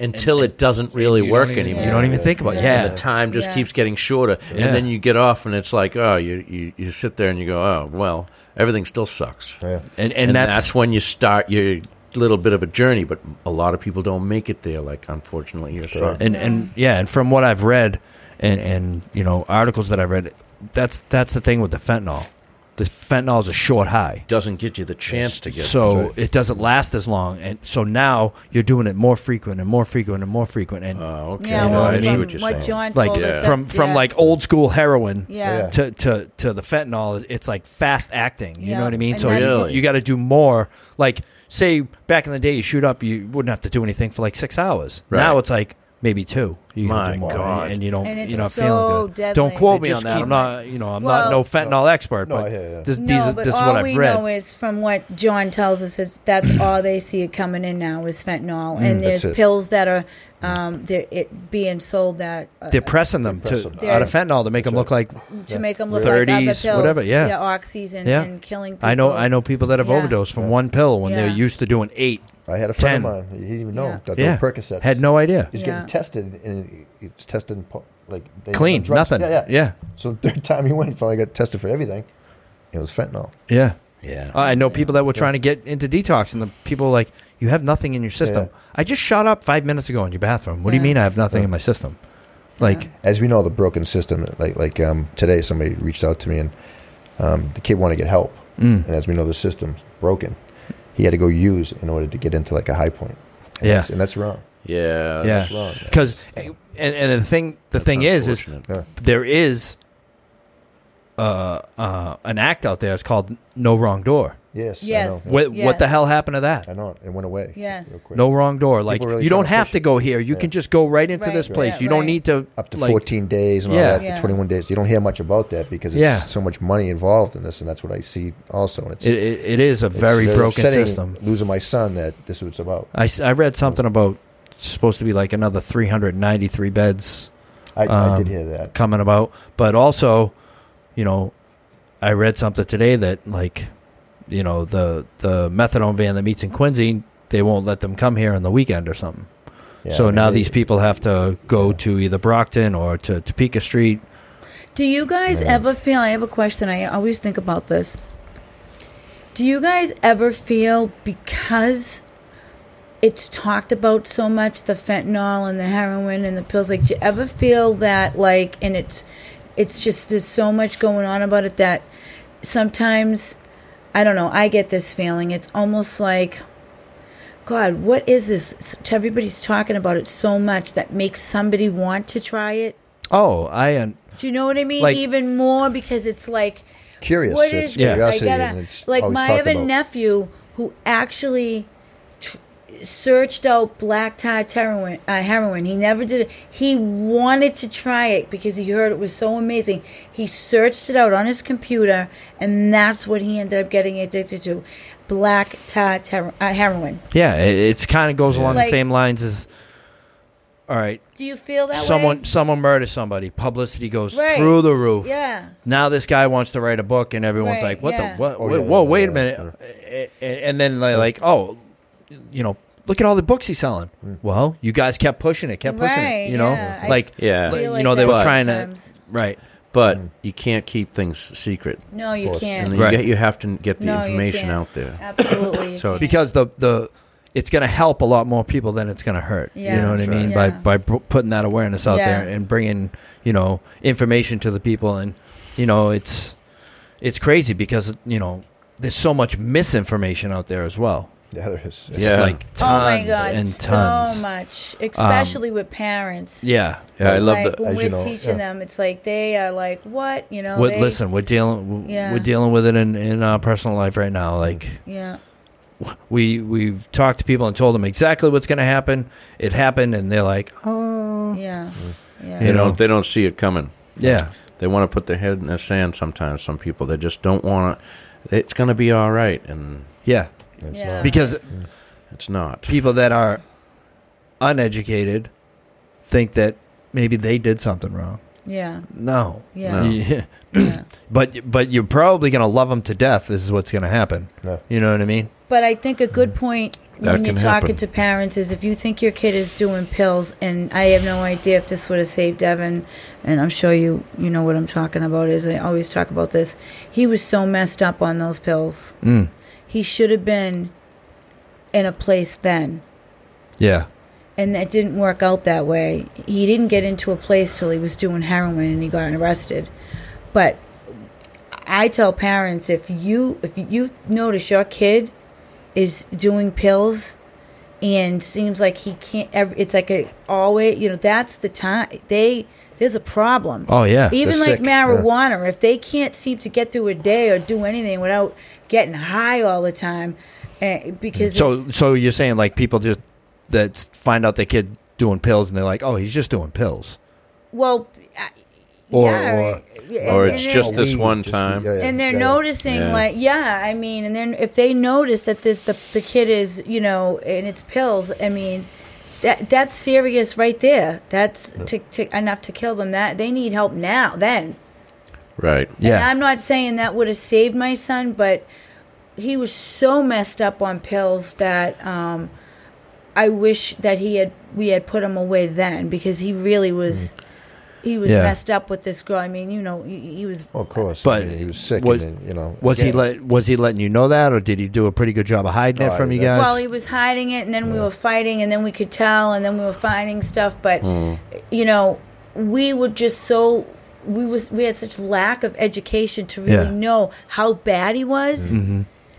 [SPEAKER 1] until it doesn't Mm. really
[SPEAKER 3] You
[SPEAKER 1] work
[SPEAKER 3] don't even-
[SPEAKER 1] anymore
[SPEAKER 3] you don't even think about it.
[SPEAKER 5] Yeah.
[SPEAKER 3] yeah
[SPEAKER 1] the time just
[SPEAKER 5] Yeah.
[SPEAKER 1] keeps getting shorter
[SPEAKER 3] Yeah.
[SPEAKER 1] and then you get off and it's like oh you, you you sit there and you go oh well everything still sucks
[SPEAKER 4] Yeah.
[SPEAKER 3] and, and,
[SPEAKER 1] and, that's,
[SPEAKER 3] that's,
[SPEAKER 1] when you start your little bit of a journey but a lot of people don't make it there like unfortunately you're sorry
[SPEAKER 3] and and yeah and from what i've read and and you know articles that i've read that's that's the thing with the fentanyl the fentanyl is a short high
[SPEAKER 1] doesn't get you the chance to get
[SPEAKER 3] so it doesn't last as long and so now you're doing it more frequent and more frequent and more frequent and
[SPEAKER 1] oh okay
[SPEAKER 5] yeah
[SPEAKER 3] You know
[SPEAKER 5] well,
[SPEAKER 3] what I
[SPEAKER 5] from
[SPEAKER 3] mean?
[SPEAKER 1] what you're saying
[SPEAKER 5] john
[SPEAKER 3] like uh,
[SPEAKER 5] told us that-
[SPEAKER 3] from from
[SPEAKER 5] yeah.
[SPEAKER 3] like old school heroin
[SPEAKER 5] yeah,
[SPEAKER 3] to, to to the fentanyl it's like fast acting you
[SPEAKER 5] Yeah.
[SPEAKER 3] know what i mean
[SPEAKER 5] And
[SPEAKER 3] so
[SPEAKER 5] that's-
[SPEAKER 1] Really?
[SPEAKER 3] you, got to do more like say back in the day you shoot up you wouldn't have to do anything for like six hours
[SPEAKER 1] Right.
[SPEAKER 3] now it's like maybe two you can
[SPEAKER 1] My
[SPEAKER 3] do more,
[SPEAKER 1] God.
[SPEAKER 3] and you don't
[SPEAKER 5] And it's
[SPEAKER 3] you're not
[SPEAKER 5] so
[SPEAKER 3] feeling good
[SPEAKER 5] deadly.
[SPEAKER 3] don't quote
[SPEAKER 1] They
[SPEAKER 3] me on
[SPEAKER 1] just
[SPEAKER 3] that
[SPEAKER 1] keep-
[SPEAKER 3] i'm not you know i'm
[SPEAKER 5] Well-
[SPEAKER 3] not no fentanyl expert
[SPEAKER 4] No,
[SPEAKER 3] but
[SPEAKER 4] yeah, yeah.
[SPEAKER 3] this,
[SPEAKER 5] No,
[SPEAKER 3] these are-
[SPEAKER 5] but
[SPEAKER 3] this is
[SPEAKER 5] all
[SPEAKER 3] what
[SPEAKER 5] we
[SPEAKER 3] i've read
[SPEAKER 5] know is from what John tells us is that's all they see it coming in now is fentanyl,
[SPEAKER 3] Mm,
[SPEAKER 5] and
[SPEAKER 4] That's
[SPEAKER 5] there's
[SPEAKER 4] it.
[SPEAKER 5] pills that are um, they're- it being sold that uh,
[SPEAKER 3] they're pressing them
[SPEAKER 4] They're
[SPEAKER 3] to,
[SPEAKER 4] pressing
[SPEAKER 5] them.
[SPEAKER 3] out of fentanyl to make them look like
[SPEAKER 5] to make them look like other
[SPEAKER 3] 30s,
[SPEAKER 5] pills,
[SPEAKER 3] whatever, yeah.
[SPEAKER 5] oxys and,
[SPEAKER 3] Yeah.
[SPEAKER 5] and killing. People.
[SPEAKER 3] i know i know people that have
[SPEAKER 5] Yeah.
[SPEAKER 3] overdosed from one pill when they're
[SPEAKER 5] Yeah.
[SPEAKER 3] used to doing eight
[SPEAKER 4] I had a friend
[SPEAKER 3] 10.
[SPEAKER 4] of mine. He didn't even know
[SPEAKER 5] Yeah.
[SPEAKER 4] that
[SPEAKER 3] yeah
[SPEAKER 4] yeah. Percocets.
[SPEAKER 3] had no idea
[SPEAKER 4] He's
[SPEAKER 5] Yeah.
[SPEAKER 4] getting tested, and he was tested and po- like they
[SPEAKER 3] Clean,
[SPEAKER 4] drugs.
[SPEAKER 3] nothing.
[SPEAKER 4] Yeah, yeah,
[SPEAKER 3] Yeah.
[SPEAKER 4] So the third time he went, finally got tested for everything. It was fentanyl.
[SPEAKER 3] yeah
[SPEAKER 1] yeah
[SPEAKER 3] Uh, I know people that were trying to get into detox, and the people were like, "You have nothing in your system."
[SPEAKER 4] Yeah.
[SPEAKER 3] I just shot up five minutes ago in your bathroom. What do you
[SPEAKER 5] Yeah.
[SPEAKER 3] mean I have nothing in my system? Like,
[SPEAKER 4] as we know, the broken system. Like like um, today, somebody reached out to me and um, the kid wanted to get help,
[SPEAKER 3] Mm.
[SPEAKER 4] and as we know, the system's broken. He had to go use in order to get into like a high point. And
[SPEAKER 3] Yeah.
[SPEAKER 4] that's, and that's wrong.
[SPEAKER 1] Yeah.
[SPEAKER 3] yeah,
[SPEAKER 4] that's wrong.
[SPEAKER 3] because and, eh, and the thing the
[SPEAKER 1] That's
[SPEAKER 3] thing is is
[SPEAKER 1] unfortunate.
[SPEAKER 4] Yeah.
[SPEAKER 3] there is uh, uh, an act out there. It's called No Wrong Door.
[SPEAKER 4] Yes.
[SPEAKER 5] Yes.
[SPEAKER 4] I know.
[SPEAKER 3] What what the
[SPEAKER 5] Yes.
[SPEAKER 3] hell happened to that?
[SPEAKER 4] I know. It went away.
[SPEAKER 5] Yes.
[SPEAKER 4] real quick.
[SPEAKER 3] No wrong door. Like
[SPEAKER 4] really
[SPEAKER 3] you don't
[SPEAKER 4] trying to
[SPEAKER 3] have
[SPEAKER 4] push
[SPEAKER 3] to
[SPEAKER 4] it.
[SPEAKER 3] go here. You
[SPEAKER 4] Yeah.
[SPEAKER 3] can just go right into
[SPEAKER 5] Right,
[SPEAKER 3] this place.
[SPEAKER 5] yeah,
[SPEAKER 3] you don't
[SPEAKER 5] right.
[SPEAKER 3] need to
[SPEAKER 4] Up to
[SPEAKER 3] like,
[SPEAKER 4] 14 days and
[SPEAKER 3] Yeah.
[SPEAKER 4] all that,
[SPEAKER 5] Yeah.
[SPEAKER 4] to 21 days. You don't hear much about that because it's
[SPEAKER 3] Yeah.
[SPEAKER 4] so much money involved in this, and that's what I see also. And it's,
[SPEAKER 3] It, it, it is a
[SPEAKER 4] it's
[SPEAKER 3] very, broken
[SPEAKER 4] upsetting
[SPEAKER 3] system.
[SPEAKER 4] Losing my son, that this is what it's about.
[SPEAKER 3] I, s- I read something about supposed to be like another 393 beds
[SPEAKER 4] I, I
[SPEAKER 3] Um,
[SPEAKER 4] did hear that.
[SPEAKER 3] coming about, but also, you know, I read something today that like, you know, the the methadone van that meets in Quincy, they won't let them come here on the weekend or something.
[SPEAKER 4] Yeah,
[SPEAKER 3] so
[SPEAKER 4] I mean,
[SPEAKER 3] now
[SPEAKER 4] they-
[SPEAKER 3] these people have to go
[SPEAKER 4] Yeah.
[SPEAKER 3] to either Brockton or to Topeka Street.
[SPEAKER 5] Do you guys
[SPEAKER 4] Yeah.
[SPEAKER 5] ever feel? I have a question. I always think about this. Do you guys ever feel because it's talked about so much the fentanyl and the heroin and the pills? Like, do you ever feel that like, and it's it's just there's so much going on about it that sometimes I don't know. I get this feeling. It's almost like. God, what is this? S- Everybody's talking about it so much that makes somebody want to try it.
[SPEAKER 3] Oh, I un-
[SPEAKER 5] Do you know what I mean?
[SPEAKER 3] Like-
[SPEAKER 5] Even more because it's like,
[SPEAKER 4] curious.
[SPEAKER 5] what
[SPEAKER 4] it's
[SPEAKER 5] is this? I
[SPEAKER 4] curiosity, and
[SPEAKER 5] gotta
[SPEAKER 4] it's
[SPEAKER 5] like.
[SPEAKER 4] always
[SPEAKER 5] My I
[SPEAKER 4] talked
[SPEAKER 5] have a
[SPEAKER 4] about.
[SPEAKER 5] nephew who actually tr- searched out black tie heroin. Uh, heroin. He never did it. He wanted to try it because he heard it was so amazing. He searched it out on his computer, and that's what he ended up getting addicted to: black tie ter- uh, heroin.
[SPEAKER 3] yeah, it, it's kind of goes along the
[SPEAKER 5] Like-
[SPEAKER 3] same lines as. All right,
[SPEAKER 5] Do you feel that
[SPEAKER 3] someone
[SPEAKER 5] way?
[SPEAKER 3] someone murders somebody. Publicity goes
[SPEAKER 5] Right.
[SPEAKER 3] through the roof.
[SPEAKER 5] Yeah.
[SPEAKER 3] Now this guy wants to write a book, and everyone's
[SPEAKER 5] Right,
[SPEAKER 3] like, "What
[SPEAKER 5] yeah.
[SPEAKER 3] the what?
[SPEAKER 4] Oh,
[SPEAKER 3] wait-
[SPEAKER 4] yeah,
[SPEAKER 3] whoa,
[SPEAKER 4] yeah,
[SPEAKER 3] wait a
[SPEAKER 4] yeah,
[SPEAKER 3] minute!" A- a- And then they're like, "Oh, you know, look at all the books he's selling."
[SPEAKER 4] Hmm.
[SPEAKER 3] Well, you guys kept pushing it, kept pushing
[SPEAKER 5] Right,
[SPEAKER 3] it. You know,
[SPEAKER 5] yeah. I
[SPEAKER 3] like
[SPEAKER 1] Yeah.
[SPEAKER 3] like,
[SPEAKER 5] feel
[SPEAKER 3] you
[SPEAKER 5] like
[SPEAKER 3] know, they
[SPEAKER 5] that
[SPEAKER 3] were
[SPEAKER 1] But-
[SPEAKER 3] trying
[SPEAKER 5] sometimes.
[SPEAKER 3] to right.
[SPEAKER 1] But you can't keep things secret.
[SPEAKER 5] No, you
[SPEAKER 4] course.
[SPEAKER 5] can't.
[SPEAKER 1] And
[SPEAKER 3] Right.
[SPEAKER 1] you, you have to get the
[SPEAKER 5] No, you
[SPEAKER 1] information
[SPEAKER 5] can't.
[SPEAKER 1] out there.
[SPEAKER 5] Absolutely. you
[SPEAKER 1] So
[SPEAKER 5] can't.
[SPEAKER 1] it's-
[SPEAKER 3] because the the it's going to help a lot more people than it's going to hurt. you
[SPEAKER 5] Yeah.
[SPEAKER 3] know what I
[SPEAKER 5] That's right.
[SPEAKER 3] mean by
[SPEAKER 5] Yeah.
[SPEAKER 3] by pr- putting that awareness out
[SPEAKER 5] Yeah.
[SPEAKER 3] there and bringing you know information to the people, and you know it's it's crazy because you know there's so much misinformation out there as well.
[SPEAKER 4] Yeah, there is.
[SPEAKER 3] It's
[SPEAKER 1] Yeah.
[SPEAKER 3] like tons and tons.
[SPEAKER 5] Oh
[SPEAKER 3] Um,
[SPEAKER 5] so much, especially with parents.
[SPEAKER 3] Yeah.
[SPEAKER 1] Yeah, I love
[SPEAKER 5] like,
[SPEAKER 1] the.
[SPEAKER 5] when
[SPEAKER 4] as
[SPEAKER 5] we're
[SPEAKER 4] you know,
[SPEAKER 5] teaching
[SPEAKER 4] yeah.
[SPEAKER 5] them, it's like they are like, what you know?
[SPEAKER 3] What,
[SPEAKER 5] Oh, they-
[SPEAKER 3] listen, we're dealing w-
[SPEAKER 5] Yeah.
[SPEAKER 3] we're dealing with it in in our personal life right now. Like
[SPEAKER 5] yeah,
[SPEAKER 3] we we've talked to people and told them exactly what's going to happen. It happened, and they're like, oh,
[SPEAKER 5] yeah, yeah,
[SPEAKER 1] They
[SPEAKER 3] you know.
[SPEAKER 1] don't. They don't see it coming.
[SPEAKER 3] yeah.
[SPEAKER 1] They want to put their head in the sand. Sometimes some people they just don't want to. It's going to be all right, and
[SPEAKER 3] Yeah,
[SPEAKER 4] It's
[SPEAKER 5] Yeah.
[SPEAKER 4] not.
[SPEAKER 3] because
[SPEAKER 1] it's not.
[SPEAKER 3] people that are uneducated think that maybe they did something wrong.
[SPEAKER 5] yeah,
[SPEAKER 3] No.
[SPEAKER 5] yeah.
[SPEAKER 1] No.
[SPEAKER 3] Yeah.
[SPEAKER 5] yeah.
[SPEAKER 3] but but you're probably going to love them to death. This is what's going to happen.
[SPEAKER 4] Yeah.
[SPEAKER 3] You know what I mean?
[SPEAKER 5] But I think a
[SPEAKER 3] Mm.
[SPEAKER 5] good point
[SPEAKER 1] That
[SPEAKER 5] when you're
[SPEAKER 1] can happen.
[SPEAKER 5] talking to parents is if you think your kid is doing pills, and I have no idea if this would have saved Evan, and I'm sure you you know what I'm talking about. Is I always talk about this. He was so messed up on those pills.
[SPEAKER 3] Mm.
[SPEAKER 5] He should have been in a place then.
[SPEAKER 3] Yeah.
[SPEAKER 5] and that didn't work out that way. He didn't get into a place till he was doing heroin and he got arrested. But I tell parents if you if you notice your kid is doing pills and seems like he can't ever it's like a always you know that's the time they there's a problem.
[SPEAKER 3] Oh, yeah.
[SPEAKER 5] Even
[SPEAKER 4] They're
[SPEAKER 5] like
[SPEAKER 4] sick, yeah.
[SPEAKER 5] marijuana, if they can't seem to get through a day or do anything without getting high all the time, eh, because
[SPEAKER 3] So
[SPEAKER 5] it's-
[SPEAKER 3] so you're saying like people just that s- find out their kid doing pills and they're like, "Oh, he's just doing pills."
[SPEAKER 5] Well, I-
[SPEAKER 3] Or-
[SPEAKER 5] yeah,
[SPEAKER 3] or-
[SPEAKER 5] and-
[SPEAKER 1] or
[SPEAKER 5] and
[SPEAKER 1] it's
[SPEAKER 5] then-
[SPEAKER 1] just this
[SPEAKER 4] Weed,
[SPEAKER 1] one
[SPEAKER 4] Oh, just
[SPEAKER 1] time.
[SPEAKER 4] weed, yeah, yeah,
[SPEAKER 5] and they're
[SPEAKER 4] yeah, yeah.
[SPEAKER 5] noticing
[SPEAKER 1] Yeah.
[SPEAKER 5] like yeah i mean and then if they notice that this the, the kid is you know and it's pills i mean that that's serious right there that's to, to, enough to kill them that they need help now then
[SPEAKER 1] Right.
[SPEAKER 5] and
[SPEAKER 3] Yeah.
[SPEAKER 5] i'm not saying that would have saved my son but he was so messed up on pills that um i wish that he had we had put him away then because he really was he was
[SPEAKER 3] Mm. Yeah.
[SPEAKER 5] messed up with this girl i mean you know he, he was
[SPEAKER 4] Well, of course.
[SPEAKER 3] But
[SPEAKER 4] I mean, he was sick.
[SPEAKER 3] was-
[SPEAKER 4] and then, you know,
[SPEAKER 3] Was he
[SPEAKER 4] again,
[SPEAKER 3] let was he letting you know that or did he do a pretty good job of hiding it
[SPEAKER 4] No,
[SPEAKER 3] from
[SPEAKER 4] I-
[SPEAKER 3] you guys?
[SPEAKER 4] Oh, that's-
[SPEAKER 5] Well, he was
[SPEAKER 3] Mm.
[SPEAKER 5] hiding it, and then we were fighting, and then we could tell, and then we were finding stuff. But you know, we were just so we was we had such lack of education to really
[SPEAKER 3] Yeah.
[SPEAKER 5] know how bad he was.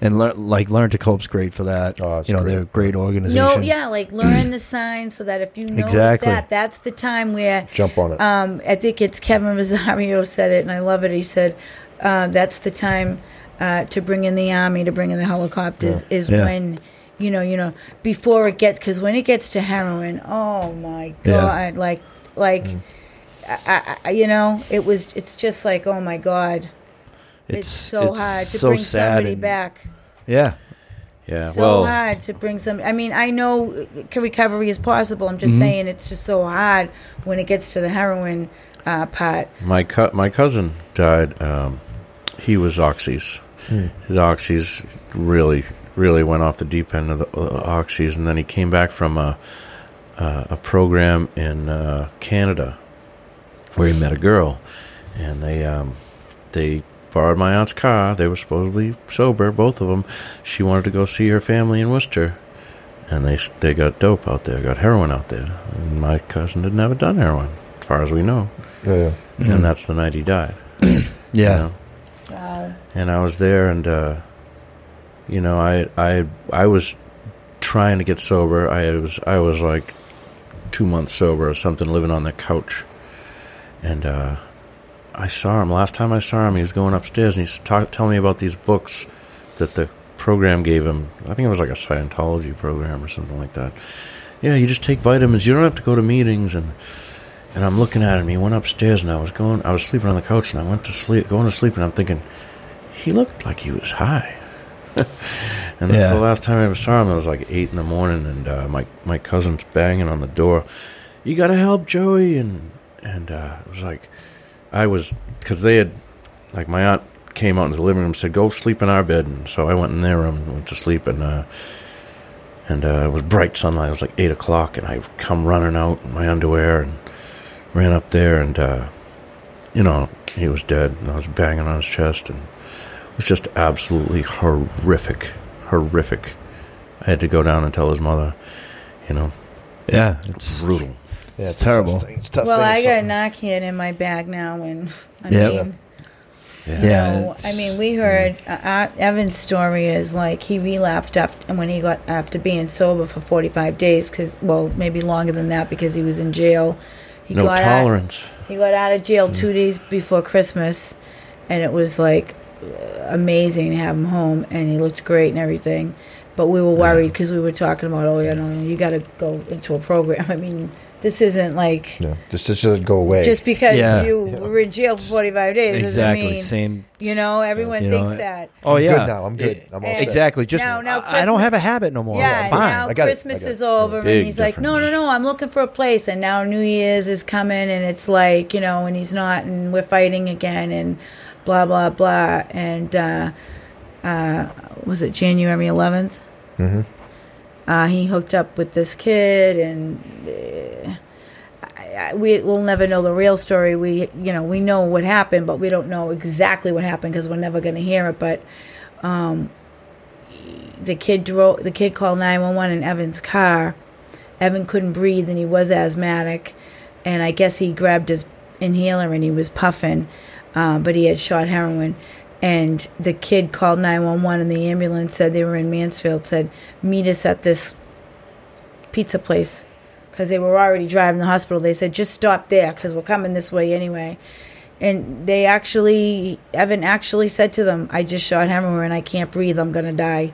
[SPEAKER 3] and learn like learn to cope's great for that.
[SPEAKER 4] Oh, it's
[SPEAKER 3] you know,
[SPEAKER 4] great.
[SPEAKER 3] they're a great organization.
[SPEAKER 5] No, yeah, like learn the signs so that if you notice
[SPEAKER 3] Exactly.
[SPEAKER 5] that, that's the time where
[SPEAKER 4] Jump on it.
[SPEAKER 5] Um, I think it's Kevin Rosario said it, and I love it. He said, uh, "That's the time uh, to bring in the army, to bring in the helicopters, is
[SPEAKER 3] Yeah.
[SPEAKER 5] when you know, you know, before it gets because when it gets to heroin, oh my
[SPEAKER 3] Yeah. Mm.
[SPEAKER 5] god, like, like, I, I, I- you know, it was, it's just like, oh my god, it's, so hard to bring somebody
[SPEAKER 3] and-
[SPEAKER 5] back."
[SPEAKER 3] Yeah,
[SPEAKER 1] Yeah.
[SPEAKER 5] so uh,
[SPEAKER 1] well,
[SPEAKER 5] hard to bring some. I mean, I know uh, recovery is possible. I'm just saying it's just so hard when it gets to the heroin uh, part.
[SPEAKER 1] my co- my cousin died. Um, he was oxys. His oxys really really went off the deep end of the uh, oxys, and then he came back from a uh, a program in uh, Canada where he met a girl, and they um, they borrowed my aunt's car. They were supposedly sober, both of them. She wanted to go see her family in Worcester, and they s- they got dope out there, got heroin out there. And my cousin had never done heroin, as far as we know
[SPEAKER 4] yeah, yeah.
[SPEAKER 1] and that's the night he died. you
[SPEAKER 3] yeah,
[SPEAKER 1] know? And I was there, and uh, you know, I I I was trying to get sober. I was I was like two months sober or something, living on the couch, and uh, I saw him last time I saw him. He was going upstairs, and he's ta- telling me about these books that the program gave him. I think it was like a Scientology program or something like that. Yeah, you just take vitamins. You don't have to go to meetings and. And I'm looking at him. He went upstairs, and I was going. I was sleeping on the couch, and I went to sleep, going to sleep, and I'm thinking, he looked like he was high. and that's
[SPEAKER 3] Yeah.
[SPEAKER 1] the last time I ever saw him. It was like eight in the morning, and uh, my my cousin's banging on the door. You gotta help Joey, and and uh, it was like, I was because they had like my aunt came out into the living room, and said, "Go sleep in our bed," and so I went in their room, and went to sleep, and. uh and uh, it was bright sunlight. It was like eight o'clock, and I come running out in my underwear and ran up there, and uh, you know he was dead, and I was banging on his chest, and it was just absolutely horrific, horrific. I had to go down and tell his mother, you know,
[SPEAKER 3] yeah. It's
[SPEAKER 1] brutal.
[SPEAKER 4] Yeah,
[SPEAKER 3] It's
[SPEAKER 4] a tough
[SPEAKER 3] terrible.
[SPEAKER 4] thing. It's a tough
[SPEAKER 5] Well,
[SPEAKER 4] thing.
[SPEAKER 5] I
[SPEAKER 4] It's
[SPEAKER 5] got a
[SPEAKER 4] something-
[SPEAKER 5] Narcan in my bag now, and I
[SPEAKER 3] Yeah.
[SPEAKER 5] mean,
[SPEAKER 1] Yeah.
[SPEAKER 5] you
[SPEAKER 3] Yeah,
[SPEAKER 5] know, I
[SPEAKER 3] it's-
[SPEAKER 5] mean, we heard uh, uh, Evan's story is like he relapsed after, and when he got after being sober for 45 days, because well, maybe longer than that because he was in jail. He
[SPEAKER 1] No
[SPEAKER 5] got out-
[SPEAKER 1] tolerance.
[SPEAKER 5] He got out of jail
[SPEAKER 3] Mm.
[SPEAKER 5] two days before Christmas, and it was like amazing to have him home, and he looked great and everything. But we were worried because we were talking about, oh, you know, you got to go into a program. I mean, this isn't like
[SPEAKER 4] Yeah, just just doesn't go away.
[SPEAKER 5] just because
[SPEAKER 3] Yeah.
[SPEAKER 5] you were in jail for 45 days
[SPEAKER 3] exactly
[SPEAKER 5] doesn't mean,
[SPEAKER 3] same.
[SPEAKER 5] you know, everyone
[SPEAKER 3] you know,
[SPEAKER 5] thinks
[SPEAKER 3] it-
[SPEAKER 5] that.
[SPEAKER 3] Oh
[SPEAKER 4] I'm
[SPEAKER 3] yeah,
[SPEAKER 4] good now. I'm good. I'm all set.
[SPEAKER 3] Exactly. Just
[SPEAKER 5] Now- now
[SPEAKER 3] I, I don't
[SPEAKER 5] Christmas-
[SPEAKER 3] have a habit no more.
[SPEAKER 5] Yeah,
[SPEAKER 3] I'm fine.
[SPEAKER 5] now
[SPEAKER 4] I got it.
[SPEAKER 5] Christmas
[SPEAKER 4] I got
[SPEAKER 5] is
[SPEAKER 4] it.
[SPEAKER 5] over, and
[SPEAKER 1] Big
[SPEAKER 5] he's like, no, no,
[SPEAKER 1] difference.
[SPEAKER 5] no, I'm looking for a place, and now New Year's is coming, and it's like, you know, and he's not, and we're fighting again, and blah blah blah, and uh, uh, was it January 11th?
[SPEAKER 4] Mhm.
[SPEAKER 5] Uh, he hooked up with this kid, and uh, I, I, we will never know the real story. We, you know, we know what happened, but we don't know exactly what happened because we're never going to hear it. But um, the kid drove the kid called 911 in Evan's car. Evan couldn't breathe and he was asthmatic and I guess he grabbed his inhaler and he was puffing uh, but he had shot heroin and the kid called 911 and the ambulance said they were in Mansfield said meet us at this pizza place because they were already driving to the hospital they said just stop there because we're coming this way anyway and they actually Evan actually said to them I just shot heroin I can't breathe I'm gonna die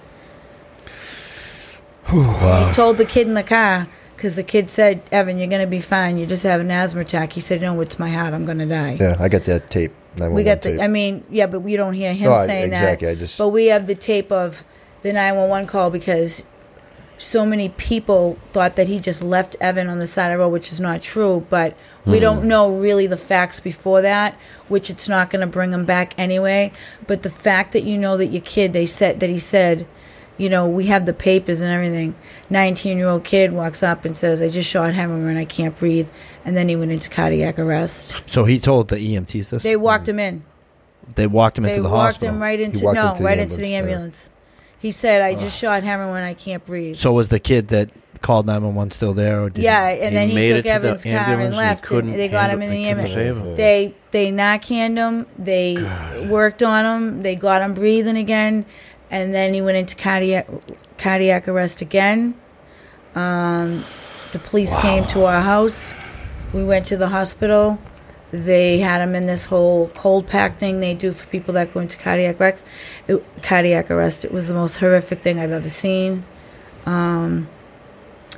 [SPEAKER 5] he told the kid in the car because the kid said, "Evan, you're gonna be fine. You just have an asthma attack." He said, "No, it's my heart. I'm gonna die."
[SPEAKER 4] Yeah, I got that tape.
[SPEAKER 5] we
[SPEAKER 4] 911
[SPEAKER 5] got the.
[SPEAKER 4] tape.
[SPEAKER 5] I mean, yeah, but we don't hear him
[SPEAKER 4] No, I-
[SPEAKER 5] saying
[SPEAKER 4] exactly,
[SPEAKER 5] that.
[SPEAKER 4] I just-
[SPEAKER 5] But we have the tape of the 911 call because so many people thought that he just left Evan on the side of the road, which is not true. But we don't know really the facts before that, which it's not going to bring him back anyway. But the fact that you know that your kid, they said that he said, you know, we have the papers and everything. Nineteen-year-old kid walks up and says, "I just shot heroin. I can't breathe," and then he went into cardiac arrest.
[SPEAKER 3] So he told the EMTs this.
[SPEAKER 5] They walked him in.
[SPEAKER 3] They walked him
[SPEAKER 5] They
[SPEAKER 3] into the
[SPEAKER 5] walked
[SPEAKER 3] hospital.
[SPEAKER 5] him right into
[SPEAKER 4] walked
[SPEAKER 5] no,
[SPEAKER 4] into the
[SPEAKER 5] right into the
[SPEAKER 4] ambulance, yeah.
[SPEAKER 5] ambulance. He said, "I just shot heroin. I can't breathe."
[SPEAKER 3] So was the kid that called 911 still there? Or did
[SPEAKER 5] yeah, and then he
[SPEAKER 1] made it
[SPEAKER 5] took
[SPEAKER 1] to the
[SPEAKER 5] Evan's car and
[SPEAKER 1] ambulance and
[SPEAKER 5] left. And
[SPEAKER 1] couldn't
[SPEAKER 5] they got him
[SPEAKER 1] handle-
[SPEAKER 5] in
[SPEAKER 1] they
[SPEAKER 5] the
[SPEAKER 1] couldn't
[SPEAKER 5] ambulance.
[SPEAKER 1] save
[SPEAKER 4] him.
[SPEAKER 5] They they knock him. They worked on him. They got him breathing again, and then he went into cardiac cardiac arrest again. Um, the police came to our house. We went to the hospital. They had him in this whole cold pack thing they do for people that go into cardiac wrecks, it, cardiac arrest. It was the most horrific thing I've ever seen. Um,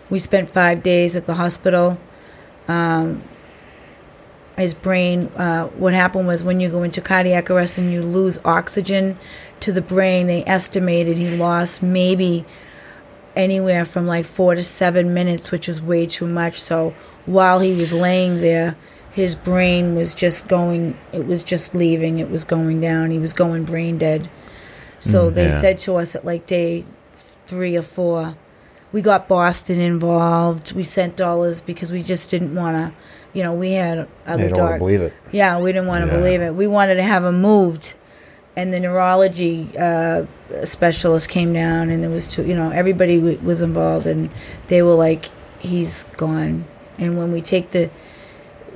[SPEAKER 5] we spent five days at the hospital. Um, his brain, uh, what happened was when you go into cardiac arrest and you lose oxygen to the brain, they estimated he lost maybe anywhere from like four to seven minutes, which is way too much. So while he was laying there, his brain was just going, it was just leaving, it was going down, he was going brain dead. So they
[SPEAKER 1] yeah.
[SPEAKER 5] said to us at like day three or four, we got Boston involved. We sent dollars because we just didn't want to, you know, we had
[SPEAKER 4] They
[SPEAKER 5] other
[SPEAKER 4] don't want to
[SPEAKER 5] dark.
[SPEAKER 4] believe it.
[SPEAKER 5] Yeah, we didn't want to
[SPEAKER 1] Yeah.
[SPEAKER 5] believe it. We wanted to have him moved, and the neurology uh, specialist came down, and there was two. You know, everybody w- was involved, and they were like, "He's gone." And when we take the,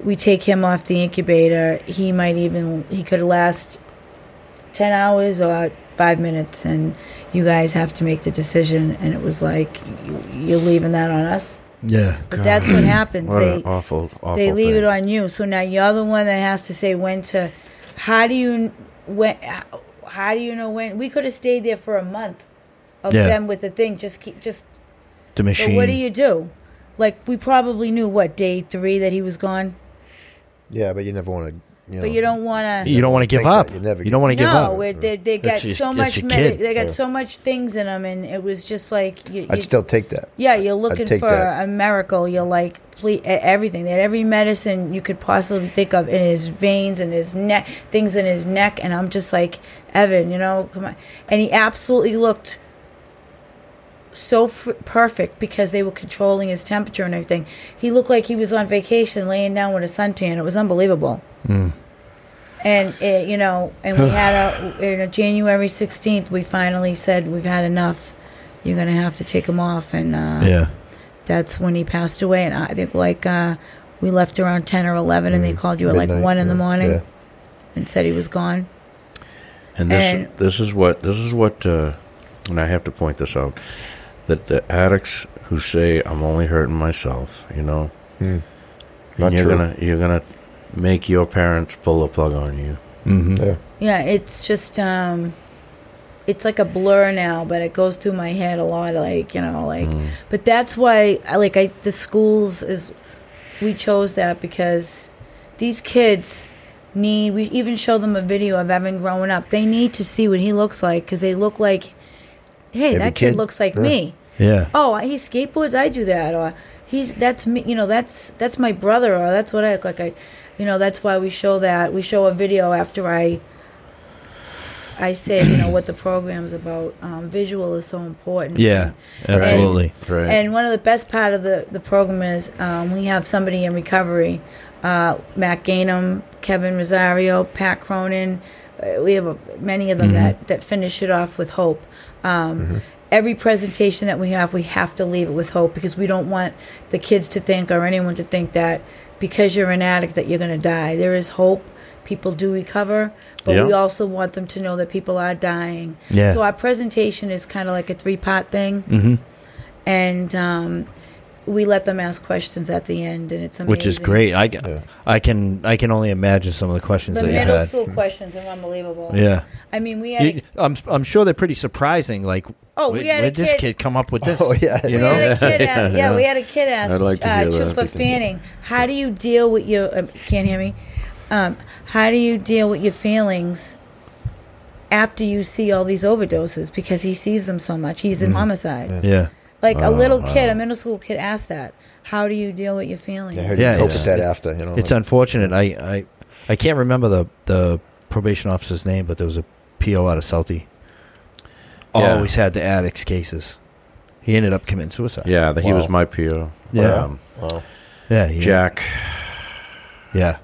[SPEAKER 5] we take him off the incubator, he might even he could last ten hours or five minutes, and you guys have to make the decision. And it was like, you- "You're leaving that on us."
[SPEAKER 3] Yeah.
[SPEAKER 5] But that's what happens.
[SPEAKER 1] What
[SPEAKER 5] they,
[SPEAKER 1] an awful, awful
[SPEAKER 5] they leave
[SPEAKER 1] thing.
[SPEAKER 5] it on you. So now you're the one that has to say when to. How do you when? How do you know when? We could have stayed there for a month of
[SPEAKER 3] Yeah.
[SPEAKER 5] them with the thing. Just keep just.
[SPEAKER 3] The machine.
[SPEAKER 5] But what do you do? Like we probably knew what day three that he was gone,
[SPEAKER 4] Yeah, but you never want to. You know,
[SPEAKER 5] but you don't want to.
[SPEAKER 3] You don't want to give
[SPEAKER 4] Think that
[SPEAKER 3] up.
[SPEAKER 4] you never
[SPEAKER 3] You don't want to give
[SPEAKER 5] No,
[SPEAKER 3] up.
[SPEAKER 5] where they, they got
[SPEAKER 3] That's your-
[SPEAKER 5] so
[SPEAKER 3] that's
[SPEAKER 5] much.
[SPEAKER 3] your
[SPEAKER 5] Med-
[SPEAKER 3] kid.
[SPEAKER 5] they got
[SPEAKER 4] Yeah.
[SPEAKER 5] so much things in them, and it was just like you, you,
[SPEAKER 4] I'd still take that.
[SPEAKER 5] Yeah, you're looking
[SPEAKER 4] take
[SPEAKER 5] for
[SPEAKER 4] that.
[SPEAKER 5] a miracle. You're like ple- e- everything that every medicine you could possibly think of in his veins and his neck, things in his neck, and I'm just like Evan, you know, come on. And he absolutely looked so fr- perfect because they were controlling his temperature and everything. He looked like he was on vacation, laying down with a suntan. It was unbelievable.
[SPEAKER 4] Hmm.
[SPEAKER 5] And it, you know, and we had a you know, January 16th. We finally said we've had enough. You're gonna have to take him off, and uh,
[SPEAKER 3] Yeah.
[SPEAKER 5] that's when he passed away. And I think like uh, we left around ten or eleven, and they called you at like
[SPEAKER 4] Mm-hmm. Midnight,
[SPEAKER 5] one in the
[SPEAKER 4] yeah,
[SPEAKER 5] morning
[SPEAKER 4] yeah.
[SPEAKER 5] and said he was gone.
[SPEAKER 1] And this
[SPEAKER 5] And-
[SPEAKER 1] this is what this is what uh, and I have to point this out that the addicts who say I'm only hurting myself, you know,
[SPEAKER 4] Hmm.
[SPEAKER 1] and
[SPEAKER 4] Not
[SPEAKER 1] you're
[SPEAKER 4] true.
[SPEAKER 1] gonna you're gonna make your parents pull the plug on you.
[SPEAKER 3] hmm
[SPEAKER 4] Yeah.
[SPEAKER 5] Yeah, it's just um, it's like a blur now, but it goes through my head a lot. Like you know, like
[SPEAKER 1] Mm.
[SPEAKER 5] but that's why I like I the schools is we chose that because these kids need we even show them a video of Evan growing up. They need to see what he looks like because they look like, hey,
[SPEAKER 4] Every
[SPEAKER 5] that kid,
[SPEAKER 4] kid,
[SPEAKER 5] looks like
[SPEAKER 4] yeah.
[SPEAKER 5] me.
[SPEAKER 3] Yeah.
[SPEAKER 5] oh he skateboards i do that or he's that's me you know that's that's my brother or that's what i look like i you know that's why we show that we show a video after i i say you know what the program's about um, visual is so important
[SPEAKER 3] Yeah. Absolutely.
[SPEAKER 1] Right.
[SPEAKER 5] and one of the best part of the, the program is um, we have somebody in recovery, uh, Matt Gainham, Kevin Rosario, Pat Cronin. Uh, we have a, many of
[SPEAKER 1] Mm-hmm.
[SPEAKER 5] them that, that finish it off with hope. Um, Every presentation that we have, we have to leave it with hope because we don't want the kids to think or anyone to think that because you're an addict that you're going to die. There is hope. People do recover, but we
[SPEAKER 1] Yeah.
[SPEAKER 5] also want them to know that people are dying.
[SPEAKER 3] Yeah.
[SPEAKER 5] So our presentation is kind of like a three part thing
[SPEAKER 3] hmm
[SPEAKER 5] and um, we let them ask questions at the end, and it's amazing.
[SPEAKER 3] Which is great. I,
[SPEAKER 4] Yeah.
[SPEAKER 3] I can I can only imagine some of the questions
[SPEAKER 5] The
[SPEAKER 3] that you
[SPEAKER 5] middle
[SPEAKER 3] had.
[SPEAKER 5] school questions are unbelievable.
[SPEAKER 3] Yeah.
[SPEAKER 5] I mean, we had
[SPEAKER 3] You,
[SPEAKER 5] a,
[SPEAKER 3] I'm I'm sure they're pretty surprising. Like,
[SPEAKER 5] Oh, we
[SPEAKER 3] where,
[SPEAKER 5] had a
[SPEAKER 3] where'd this
[SPEAKER 5] kid-
[SPEAKER 3] kid come up with this?
[SPEAKER 4] Oh, yeah.
[SPEAKER 3] You
[SPEAKER 5] we
[SPEAKER 3] know.
[SPEAKER 5] had a kid.
[SPEAKER 1] Yeah,
[SPEAKER 5] ask, yeah,
[SPEAKER 1] yeah.
[SPEAKER 5] we had a kid ask
[SPEAKER 1] I'd like to
[SPEAKER 5] uh,
[SPEAKER 1] hear that.
[SPEAKER 5] Chupa Fanning, "How do you deal with your? Um, can't hear me. Um, how do you deal with your feelings?" After you see all these overdoses, because he sees them so much, he's in homicide.
[SPEAKER 3] Yeah.
[SPEAKER 5] Like a
[SPEAKER 1] Oh,
[SPEAKER 5] little kid,
[SPEAKER 1] Mm-hmm. wow.
[SPEAKER 5] a middle school kid, asked that. How do you deal with your feelings?
[SPEAKER 4] I heard
[SPEAKER 3] Yeah,
[SPEAKER 4] you cope
[SPEAKER 3] it's-
[SPEAKER 4] with that after. You know,
[SPEAKER 3] It's
[SPEAKER 4] like,
[SPEAKER 3] unfortunate. I, I I can't remember the the probation officer's name, but there was a PO out of Southie.
[SPEAKER 1] Yeah.
[SPEAKER 3] Always had the addicts cases. He ended up committing suicide.
[SPEAKER 1] yeah, he was
[SPEAKER 4] Wow.
[SPEAKER 1] my peer. Um,
[SPEAKER 3] Yeah.
[SPEAKER 4] wow.
[SPEAKER 3] Yeah. he-
[SPEAKER 1] Jack,
[SPEAKER 3] Yeah.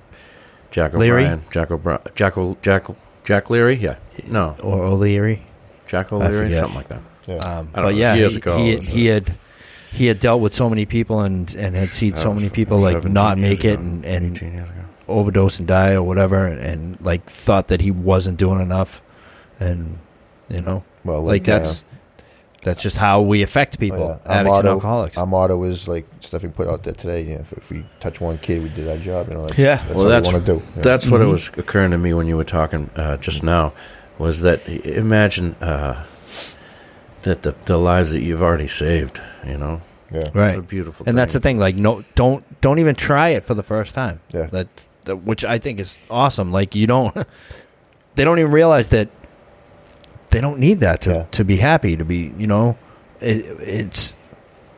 [SPEAKER 1] Jack
[SPEAKER 3] Leary?
[SPEAKER 1] O'Brien, Jack O'Brien, Jack O- Jack Jack Leary. Yeah, no,
[SPEAKER 3] Or O'Leary.
[SPEAKER 1] Jack
[SPEAKER 3] I
[SPEAKER 1] O'Leary,
[SPEAKER 3] forget.
[SPEAKER 1] something like that.
[SPEAKER 4] Yeah.
[SPEAKER 3] Um,
[SPEAKER 1] I don't know, it
[SPEAKER 3] but
[SPEAKER 1] was uh,
[SPEAKER 3] yeah,
[SPEAKER 1] years
[SPEAKER 3] he,
[SPEAKER 1] ago,
[SPEAKER 3] he,
[SPEAKER 1] it was
[SPEAKER 3] he had he had dealt with so many people and, and had seen so many people like not make it and, and overdose and die or whatever and, and like thought that he wasn't doing enough and you know
[SPEAKER 4] Well, uh,
[SPEAKER 3] like
[SPEAKER 4] yeah.
[SPEAKER 3] that's that's just how we affect
[SPEAKER 4] Oh,
[SPEAKER 3] people
[SPEAKER 4] yeah. Our
[SPEAKER 3] addicts and
[SPEAKER 4] motto-
[SPEAKER 3] alcoholics
[SPEAKER 4] Our motto is like stuff we put out there today. You know, if, if we touch one kid, we did our job. You know, that's,
[SPEAKER 3] Yeah.
[SPEAKER 4] that's
[SPEAKER 1] Well,
[SPEAKER 4] what
[SPEAKER 1] that's
[SPEAKER 4] we want to do. you know.
[SPEAKER 1] that's what it
[SPEAKER 3] Mhm.
[SPEAKER 1] was occurring to me when you were talking uh, just now. Was that i- imagine uh, that the the lives that you've already saved? You know,
[SPEAKER 4] yeah.
[SPEAKER 3] right
[SPEAKER 1] It's a beautiful.
[SPEAKER 3] and that's the thing like no don't don't even try it for the first time
[SPEAKER 4] Yeah.
[SPEAKER 3] that, that which i think is awesome like you don't they don't even realize that they don't need that to,
[SPEAKER 4] Yeah.
[SPEAKER 3] to be happy to be you know it, it's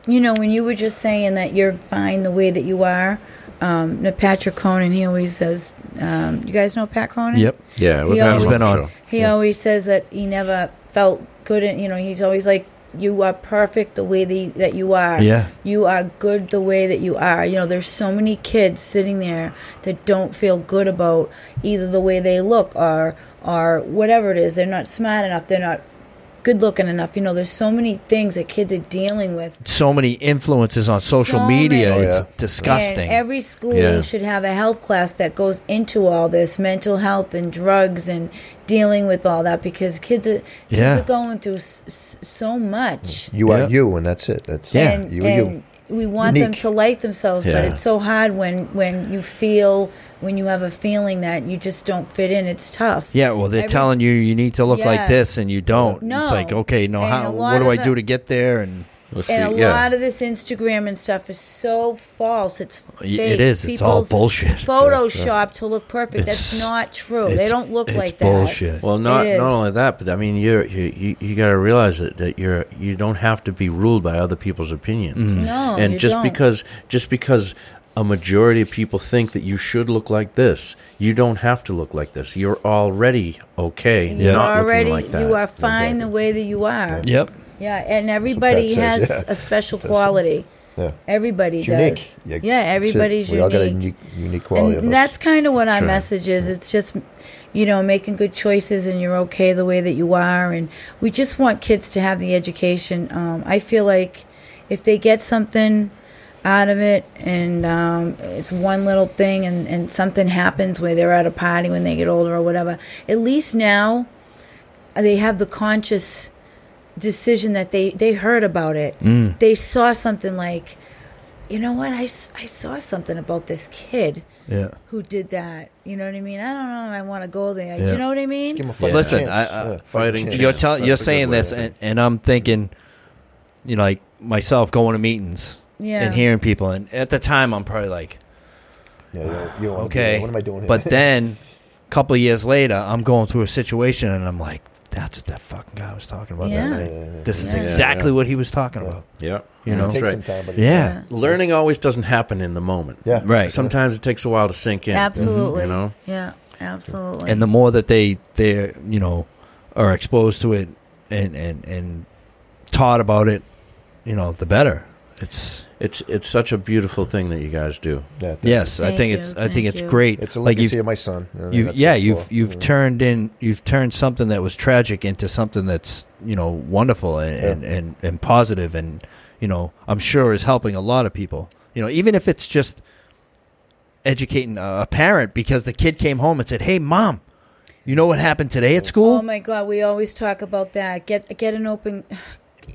[SPEAKER 5] You know, when you were just saying that you're fine the way that you are, um, now Patrick Conan, he always says, um, you guys know Pat Conan?
[SPEAKER 3] yep
[SPEAKER 1] Yeah,
[SPEAKER 5] He
[SPEAKER 1] that
[SPEAKER 5] always-
[SPEAKER 1] was
[SPEAKER 3] Been on.
[SPEAKER 1] true.
[SPEAKER 5] He always says that he never felt good, and you know, he's always like, "You are perfect the way that that you are.
[SPEAKER 3] Yeah.
[SPEAKER 5] you are good the way that you are." You know, there's so many kids sitting there that don't feel good about either the way they look or or whatever it is. They're not smart enough. They're not good looking enough. You know, there's so many things that kids are dealing with.
[SPEAKER 3] so many influences on social
[SPEAKER 5] So
[SPEAKER 3] media
[SPEAKER 5] many.
[SPEAKER 3] it's
[SPEAKER 4] Oh, yeah.
[SPEAKER 3] disgusting
[SPEAKER 5] And every school
[SPEAKER 1] Yeah.
[SPEAKER 5] should have a health class that goes into all this mental health and drugs and dealing with all that because kids are, kids
[SPEAKER 3] Yeah.
[SPEAKER 5] are going through s- s- so much.
[SPEAKER 4] You
[SPEAKER 3] Yeah.
[SPEAKER 4] are you, and that's it. That's
[SPEAKER 3] Yeah.
[SPEAKER 5] And,
[SPEAKER 4] you.
[SPEAKER 5] and
[SPEAKER 4] you.
[SPEAKER 5] we want them
[SPEAKER 4] Unique.
[SPEAKER 5] to like themselves, but
[SPEAKER 1] Yeah.
[SPEAKER 5] it's so hard when, when you feel, when you have a feeling that you just don't fit in. It's tough.
[SPEAKER 3] yeah well they're
[SPEAKER 5] Every-
[SPEAKER 3] telling you you need to look like
[SPEAKER 5] Yeah.
[SPEAKER 3] this and you don't
[SPEAKER 5] No.
[SPEAKER 3] it's like okay no
[SPEAKER 5] And
[SPEAKER 3] how
[SPEAKER 5] a
[SPEAKER 3] what
[SPEAKER 5] lot
[SPEAKER 3] do
[SPEAKER 5] of
[SPEAKER 3] i
[SPEAKER 5] the-
[SPEAKER 3] do to get there and
[SPEAKER 1] Let's see.
[SPEAKER 5] And a
[SPEAKER 1] yeah.
[SPEAKER 5] lot of this Instagram and stuff is so false. It's fake.
[SPEAKER 3] it is it's all
[SPEAKER 5] People's
[SPEAKER 3] bullshit
[SPEAKER 5] Photoshop to look perfect.
[SPEAKER 3] It's-
[SPEAKER 5] That's not true. They
[SPEAKER 3] It's-
[SPEAKER 5] don't look
[SPEAKER 3] it's
[SPEAKER 5] like
[SPEAKER 3] bullshit
[SPEAKER 1] Well, not
[SPEAKER 5] is.
[SPEAKER 1] not only that, but I mean, you're, you you you got to realize that, that you're you don't have to be ruled by other people's opinions.
[SPEAKER 3] Mm-hmm.
[SPEAKER 5] that. No,
[SPEAKER 1] and
[SPEAKER 5] you
[SPEAKER 1] just
[SPEAKER 5] don't.
[SPEAKER 1] because just because a majority of people think that you should look like this, you don't have to look like this. You're already okay.
[SPEAKER 5] you're
[SPEAKER 1] not
[SPEAKER 5] already
[SPEAKER 1] looking like that.
[SPEAKER 5] you are fine the way that you are. Yeah,
[SPEAKER 3] yep
[SPEAKER 5] and everybody
[SPEAKER 4] says,
[SPEAKER 5] has
[SPEAKER 4] yeah.
[SPEAKER 5] a special quality.
[SPEAKER 4] Yeah.
[SPEAKER 5] Everybody
[SPEAKER 4] It's
[SPEAKER 5] does.
[SPEAKER 4] unique.
[SPEAKER 5] Yeah,
[SPEAKER 4] that's it.
[SPEAKER 5] everybody's
[SPEAKER 4] We
[SPEAKER 5] unique.
[SPEAKER 4] all got a unique, unique quality. of
[SPEAKER 5] and
[SPEAKER 4] us.
[SPEAKER 5] that's kind of what our
[SPEAKER 1] Sure.
[SPEAKER 5] message is it's just you know making good choices and you're okay the way that you are and we just want kids to have the education um, i feel like if they get something out of it and um, it's one little thing and, and something happens where they're at a party when they get older or whatever at least now they have the conscious decision that they they heard about it
[SPEAKER 4] Mm.
[SPEAKER 5] they saw something like you know what I, s- I saw something about this kid
[SPEAKER 3] yeah
[SPEAKER 5] who did that. You know what I mean? I don't know. if I want to go there. Do
[SPEAKER 3] Yeah.
[SPEAKER 5] you know what I
[SPEAKER 4] Give 'em a
[SPEAKER 5] mean?
[SPEAKER 4] fighting
[SPEAKER 3] Listen,
[SPEAKER 4] chance.
[SPEAKER 3] I- I-
[SPEAKER 4] Yeah,
[SPEAKER 1] Fighting
[SPEAKER 4] chance.
[SPEAKER 3] you're
[SPEAKER 1] Yeah,
[SPEAKER 3] telling
[SPEAKER 1] that's
[SPEAKER 3] you're
[SPEAKER 1] a good
[SPEAKER 3] saying
[SPEAKER 1] way
[SPEAKER 3] this
[SPEAKER 1] to-
[SPEAKER 3] and, and I'm thinking you know like myself going to meetings
[SPEAKER 5] Yeah.
[SPEAKER 3] and hearing people and at the time I'm probably like
[SPEAKER 4] Oh, Yeah, you don't- you don't wanna do
[SPEAKER 3] okay
[SPEAKER 4] that. What am I doing here?
[SPEAKER 3] but then a couple of years later I'm going through a situation and I'm like that's what that fucking guy was talking about that
[SPEAKER 5] Yeah.
[SPEAKER 4] Yeah,
[SPEAKER 3] night.
[SPEAKER 4] yeah, yeah.
[SPEAKER 3] This is
[SPEAKER 5] Yeah.
[SPEAKER 3] exactly
[SPEAKER 1] Yeah.
[SPEAKER 3] what he was talking about.
[SPEAKER 1] Yeah,
[SPEAKER 3] You know?
[SPEAKER 4] It
[SPEAKER 1] that's
[SPEAKER 4] takes some
[SPEAKER 1] right.
[SPEAKER 4] time, but it-
[SPEAKER 3] Yeah.
[SPEAKER 1] Learning always doesn't happen in the moment.
[SPEAKER 4] yeah,
[SPEAKER 3] Right.
[SPEAKER 1] Sometimes it takes a while to sink in.
[SPEAKER 5] Absolutely.
[SPEAKER 1] You know.
[SPEAKER 5] Yeah, absolutely.
[SPEAKER 3] And the more that they they you know are exposed to it and and and taught about it, you know, the better. It's
[SPEAKER 1] It's it's such a beautiful thing that you guys do.
[SPEAKER 4] Yeah, it-
[SPEAKER 3] yes, I
[SPEAKER 5] Thank
[SPEAKER 3] think
[SPEAKER 5] you,
[SPEAKER 3] it's I
[SPEAKER 5] thank
[SPEAKER 3] think it's
[SPEAKER 5] you.
[SPEAKER 3] great.
[SPEAKER 4] It's a
[SPEAKER 3] Like you've-
[SPEAKER 4] legacy of my son. you know,
[SPEAKER 3] you
[SPEAKER 4] that's
[SPEAKER 3] yeah
[SPEAKER 4] what it's
[SPEAKER 3] you've
[SPEAKER 4] for,
[SPEAKER 3] you've
[SPEAKER 4] know.
[SPEAKER 3] turned in you've turned something that was tragic into something that's you know wonderful and
[SPEAKER 4] Yeah.
[SPEAKER 3] and, and and positive and you know I'm sure is helping a lot of people you know even if it's just educating a, a parent because the kid came home and said hey mom you know what happened today at school
[SPEAKER 5] oh my God, we always talk about that. Get get an open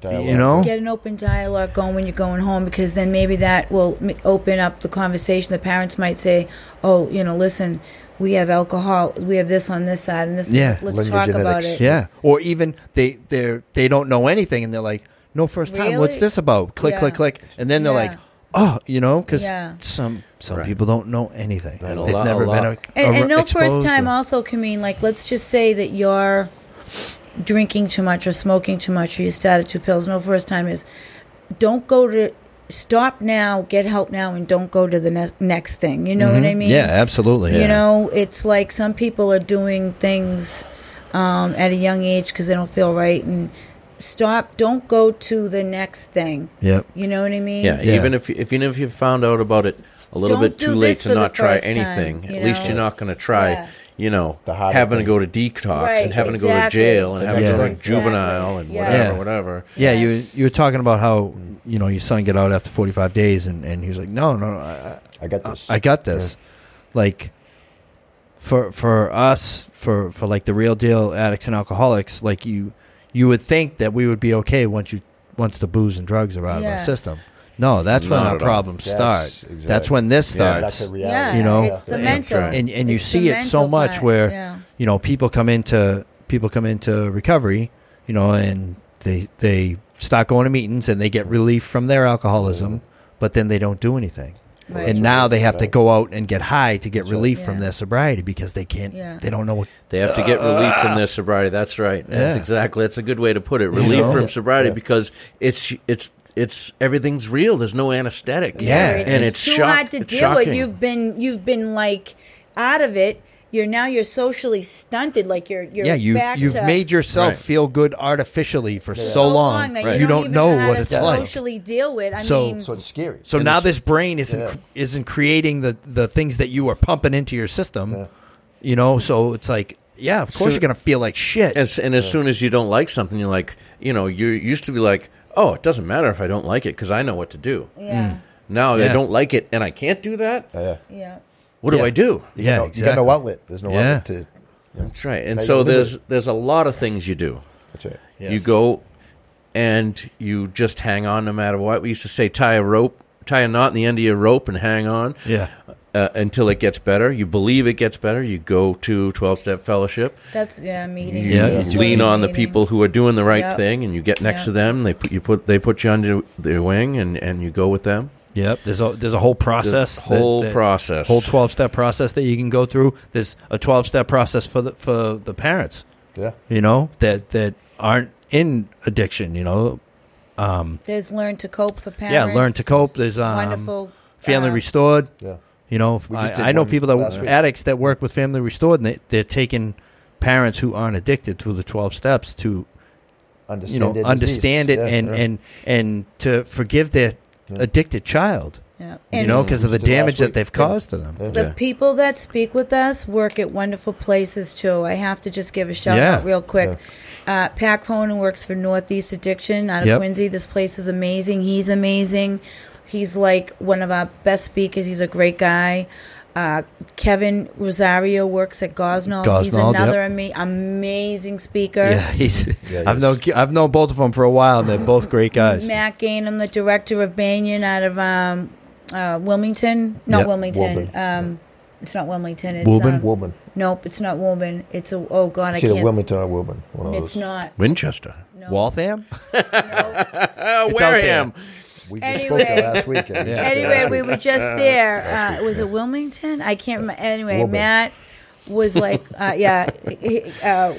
[SPEAKER 4] Dialogue.
[SPEAKER 3] you know
[SPEAKER 5] get an open dialogue going when you're going home because then maybe that will m- open up the conversation. The parents might say, "Oh, you know, listen, we have alcohol. We have this on this side, and this.
[SPEAKER 3] Yeah.
[SPEAKER 5] let's
[SPEAKER 4] Linear
[SPEAKER 5] talk about
[SPEAKER 4] genetics.
[SPEAKER 5] it."
[SPEAKER 3] yeah or even they they're they don't know anything and they're like no first time what's
[SPEAKER 5] Really?
[SPEAKER 3] this about click
[SPEAKER 5] Yeah.
[SPEAKER 3] click click and then they're
[SPEAKER 5] Yeah.
[SPEAKER 3] like oh you know because
[SPEAKER 5] Yeah.
[SPEAKER 3] some some
[SPEAKER 1] Right.
[SPEAKER 3] people don't know anything
[SPEAKER 1] And a
[SPEAKER 3] they've
[SPEAKER 1] lot-
[SPEAKER 3] never
[SPEAKER 1] a
[SPEAKER 3] been
[SPEAKER 1] lot.
[SPEAKER 3] a,
[SPEAKER 5] and,
[SPEAKER 3] a-
[SPEAKER 5] and no first
[SPEAKER 3] exposed
[SPEAKER 5] time
[SPEAKER 3] or-
[SPEAKER 5] also can mean like let's just say that you're drinking too much or smoking too much or you started two pills no first time is don't go to stop now get help now and don't go to the ne- next thing you know what i mean
[SPEAKER 3] Mm-hmm. yeah absolutely
[SPEAKER 5] you know it's like some people are doing things um, at a young age because they don't feel right and stop don't go to the next thing
[SPEAKER 3] yep
[SPEAKER 5] you know what i mean
[SPEAKER 1] Yeah,
[SPEAKER 3] Yeah.
[SPEAKER 1] even if if even if you found out about it a little
[SPEAKER 5] Don't
[SPEAKER 1] bit too
[SPEAKER 5] do
[SPEAKER 1] late
[SPEAKER 5] this
[SPEAKER 1] to
[SPEAKER 5] for the
[SPEAKER 1] not try
[SPEAKER 5] first time,
[SPEAKER 1] anything,
[SPEAKER 5] you
[SPEAKER 1] at least
[SPEAKER 5] know?
[SPEAKER 1] you're not going to try.
[SPEAKER 5] Yeah.
[SPEAKER 1] you know,
[SPEAKER 4] The harder
[SPEAKER 1] having
[SPEAKER 4] thing.
[SPEAKER 1] to go to detox
[SPEAKER 5] Right,
[SPEAKER 1] and having to go to
[SPEAKER 5] exactly.
[SPEAKER 1] jail and
[SPEAKER 4] The
[SPEAKER 1] having
[SPEAKER 3] next
[SPEAKER 1] to go to
[SPEAKER 4] thing.
[SPEAKER 1] juvenile and whatever,
[SPEAKER 3] Yeah.
[SPEAKER 5] Exactly.
[SPEAKER 1] whatever.
[SPEAKER 3] Yeah, you you were talking about how you know your son get out after 45 days, and, and he was like, no, no, no I,
[SPEAKER 4] I got
[SPEAKER 3] I-
[SPEAKER 4] this.
[SPEAKER 3] I got this. Like for for us, for for like the real deal addicts and alcoholics, like you you would think that we would be okay once you once the booze and drugs are out of
[SPEAKER 5] Yeah.
[SPEAKER 3] the system. No, that's when
[SPEAKER 1] Not
[SPEAKER 3] our
[SPEAKER 1] at all.
[SPEAKER 3] problems
[SPEAKER 4] Yes,
[SPEAKER 3] start. That's
[SPEAKER 4] exactly.
[SPEAKER 3] when this
[SPEAKER 1] Yeah,
[SPEAKER 3] starts.
[SPEAKER 4] That's the reality.
[SPEAKER 5] yeah,
[SPEAKER 3] You know,
[SPEAKER 5] it's the
[SPEAKER 1] that's
[SPEAKER 5] mental,
[SPEAKER 1] right.
[SPEAKER 3] and and you
[SPEAKER 5] It's the
[SPEAKER 3] see it so
[SPEAKER 5] mental
[SPEAKER 3] much
[SPEAKER 5] part,
[SPEAKER 3] where
[SPEAKER 5] yeah.
[SPEAKER 3] you know people come into people come into recovery you know and they they start going to meetings and they get relief from their alcoholism but then they don't do anything
[SPEAKER 5] Right.
[SPEAKER 3] and now they have to go out and get high to get
[SPEAKER 4] That's right.
[SPEAKER 3] relief from
[SPEAKER 5] Yeah.
[SPEAKER 3] their sobriety because they can't
[SPEAKER 5] Yeah.
[SPEAKER 3] they don't know what
[SPEAKER 1] They have to get relief from their sobriety. That's right. That's
[SPEAKER 3] Uh, Yeah.
[SPEAKER 1] exactly. That's a good way to put it. Relief
[SPEAKER 3] know?
[SPEAKER 1] from sobriety
[SPEAKER 4] Yeah.
[SPEAKER 1] because it's it's it's everything's real. There's no anesthetic.
[SPEAKER 3] Yeah,
[SPEAKER 5] Or
[SPEAKER 1] and it's
[SPEAKER 5] too
[SPEAKER 1] shock-
[SPEAKER 5] hard to
[SPEAKER 1] it's
[SPEAKER 5] deal
[SPEAKER 1] shocking.
[SPEAKER 5] with. You've been you've been like out of it. You're now you're socially stunted. Like you're you're
[SPEAKER 3] yeah you
[SPEAKER 5] back
[SPEAKER 3] you've
[SPEAKER 5] to
[SPEAKER 3] made yourself
[SPEAKER 1] Right.
[SPEAKER 3] feel good artificially for so long,
[SPEAKER 5] that
[SPEAKER 1] Right.
[SPEAKER 5] you,
[SPEAKER 3] you
[SPEAKER 5] don't
[SPEAKER 3] don't
[SPEAKER 5] even
[SPEAKER 3] know
[SPEAKER 5] how
[SPEAKER 3] what
[SPEAKER 5] to
[SPEAKER 3] it's like
[SPEAKER 5] socially deal with. I
[SPEAKER 3] So-
[SPEAKER 5] mean,
[SPEAKER 4] So it's scary.
[SPEAKER 3] So
[SPEAKER 1] And
[SPEAKER 3] now
[SPEAKER 1] it's-
[SPEAKER 3] this brain isn't
[SPEAKER 4] Yeah.
[SPEAKER 3] isn't creating the the things that you are pumping into your system.
[SPEAKER 4] Yeah.
[SPEAKER 3] You know, so it's like, yeah, of course
[SPEAKER 1] So-
[SPEAKER 3] you're gonna feel like shit.
[SPEAKER 1] As, and as soon as you don't like something, you're like, you know, you used to be like, oh, it doesn't matter if I don't like it because I know what to do.
[SPEAKER 5] yeah,
[SPEAKER 3] hmm.
[SPEAKER 1] Now I
[SPEAKER 3] Yeah.
[SPEAKER 1] don't like it and I can't do that.
[SPEAKER 4] Yeah.
[SPEAKER 5] yeah.
[SPEAKER 1] What do
[SPEAKER 3] Yeah.
[SPEAKER 1] I do?
[SPEAKER 3] yeah,
[SPEAKER 4] no,
[SPEAKER 3] exactly.
[SPEAKER 4] You got no outlet. There's no
[SPEAKER 3] Yeah.
[SPEAKER 4] outlet to.
[SPEAKER 1] That's right. And
[SPEAKER 4] Now
[SPEAKER 1] so
[SPEAKER 4] you live
[SPEAKER 1] there's
[SPEAKER 4] it.
[SPEAKER 1] there's a lot of things you do.
[SPEAKER 4] That's right.
[SPEAKER 1] You go and you just hang on no matter what. We used to say tie a rope, tie a knot in the end of your rope and hang on.
[SPEAKER 3] Yeah.
[SPEAKER 1] Uh, until it gets better, you believe it gets better. You go to twelve-step fellowship.
[SPEAKER 5] That's yeah, meetings.
[SPEAKER 1] You
[SPEAKER 3] Yeah,
[SPEAKER 5] That's
[SPEAKER 3] you
[SPEAKER 1] lean
[SPEAKER 5] what
[SPEAKER 1] on the
[SPEAKER 5] meetings.
[SPEAKER 1] people who are doing the right
[SPEAKER 5] Yep.
[SPEAKER 1] thing, and you get next
[SPEAKER 5] Yep.
[SPEAKER 1] to them. They put you put they put you under their wing, and, and you go with them.
[SPEAKER 3] Yep. There's a there's a whole process. that-
[SPEAKER 1] whole
[SPEAKER 3] that-
[SPEAKER 1] process.
[SPEAKER 3] Whole twelve step process that you can go through. There's a twelve step process for the for the parents,
[SPEAKER 4] Yeah.
[SPEAKER 3] you know, that that aren't in addiction, you know.
[SPEAKER 5] There's learn to cope for
[SPEAKER 3] Yeah,
[SPEAKER 5] parents.
[SPEAKER 3] learn to cope. There's um,
[SPEAKER 5] wonderful
[SPEAKER 3] family
[SPEAKER 5] uh,
[SPEAKER 3] restored.
[SPEAKER 4] Yeah.
[SPEAKER 3] You know,
[SPEAKER 4] We just did
[SPEAKER 3] I, I know
[SPEAKER 4] one
[SPEAKER 3] people that
[SPEAKER 4] last week.
[SPEAKER 3] addicts that work with Family Restored, and they, they're taking parents who aren't addicted to the twelve steps to
[SPEAKER 4] Understand
[SPEAKER 3] you know
[SPEAKER 4] their
[SPEAKER 3] understand it
[SPEAKER 4] disease. Yeah,
[SPEAKER 3] and,
[SPEAKER 4] yeah.
[SPEAKER 3] and and to forgive their
[SPEAKER 4] Yeah.
[SPEAKER 3] addicted child.
[SPEAKER 5] Yeah.
[SPEAKER 3] you
[SPEAKER 5] And
[SPEAKER 3] know, because of the
[SPEAKER 4] Just did last
[SPEAKER 3] damage that
[SPEAKER 4] week.
[SPEAKER 3] they've
[SPEAKER 4] Yeah.
[SPEAKER 3] caused to them.
[SPEAKER 4] Yeah.
[SPEAKER 5] The
[SPEAKER 1] Yeah.
[SPEAKER 5] people that speak with us work at wonderful places too. I have to just give a shout
[SPEAKER 3] Yeah.
[SPEAKER 5] out real quick. Uh, Pat Cronin works for Northeast Addiction out of
[SPEAKER 3] Yep.
[SPEAKER 5] Quincy. This place is amazing. He's amazing. He's like one of our best speakers. He's a great guy. Uh, Kevin Rosario works at Gosnell. He's
[SPEAKER 3] Gosnell,
[SPEAKER 5] another
[SPEAKER 3] yep.
[SPEAKER 5] ama- amazing speaker.
[SPEAKER 3] Yeah, he's.
[SPEAKER 4] Yeah,
[SPEAKER 3] I've
[SPEAKER 4] yes.
[SPEAKER 3] known I've known both of them for a while, and they're both great guys.
[SPEAKER 5] Matt Gainham, the director of Banyan out of um, uh, Wilmington. Not
[SPEAKER 3] Yep.
[SPEAKER 5] Wilmington.
[SPEAKER 4] Wilburn.
[SPEAKER 5] Um, it's not Wilmington. It's,
[SPEAKER 3] Wilburn?
[SPEAKER 5] um,
[SPEAKER 4] Woman.
[SPEAKER 5] Nope, it's not Woburn. It's a oh god, I
[SPEAKER 4] It's either
[SPEAKER 5] can't.
[SPEAKER 4] Wilmington or Woman. One of
[SPEAKER 5] It's
[SPEAKER 4] those.
[SPEAKER 5] not.
[SPEAKER 1] Winchester.
[SPEAKER 5] No.
[SPEAKER 3] Waltham.
[SPEAKER 5] Uh-huh.
[SPEAKER 1] Oh,
[SPEAKER 3] It's out there.
[SPEAKER 1] Wareham.
[SPEAKER 4] We just spoke
[SPEAKER 5] Anyway.
[SPEAKER 4] there last week. Yeah. we just did
[SPEAKER 5] Anyway,
[SPEAKER 4] last
[SPEAKER 5] we
[SPEAKER 4] week.
[SPEAKER 5] were just there. Uh, was it Wilmington? I can't remember. Anyway,
[SPEAKER 4] Woburn.
[SPEAKER 5] Matt was like, uh, yeah, he- uh,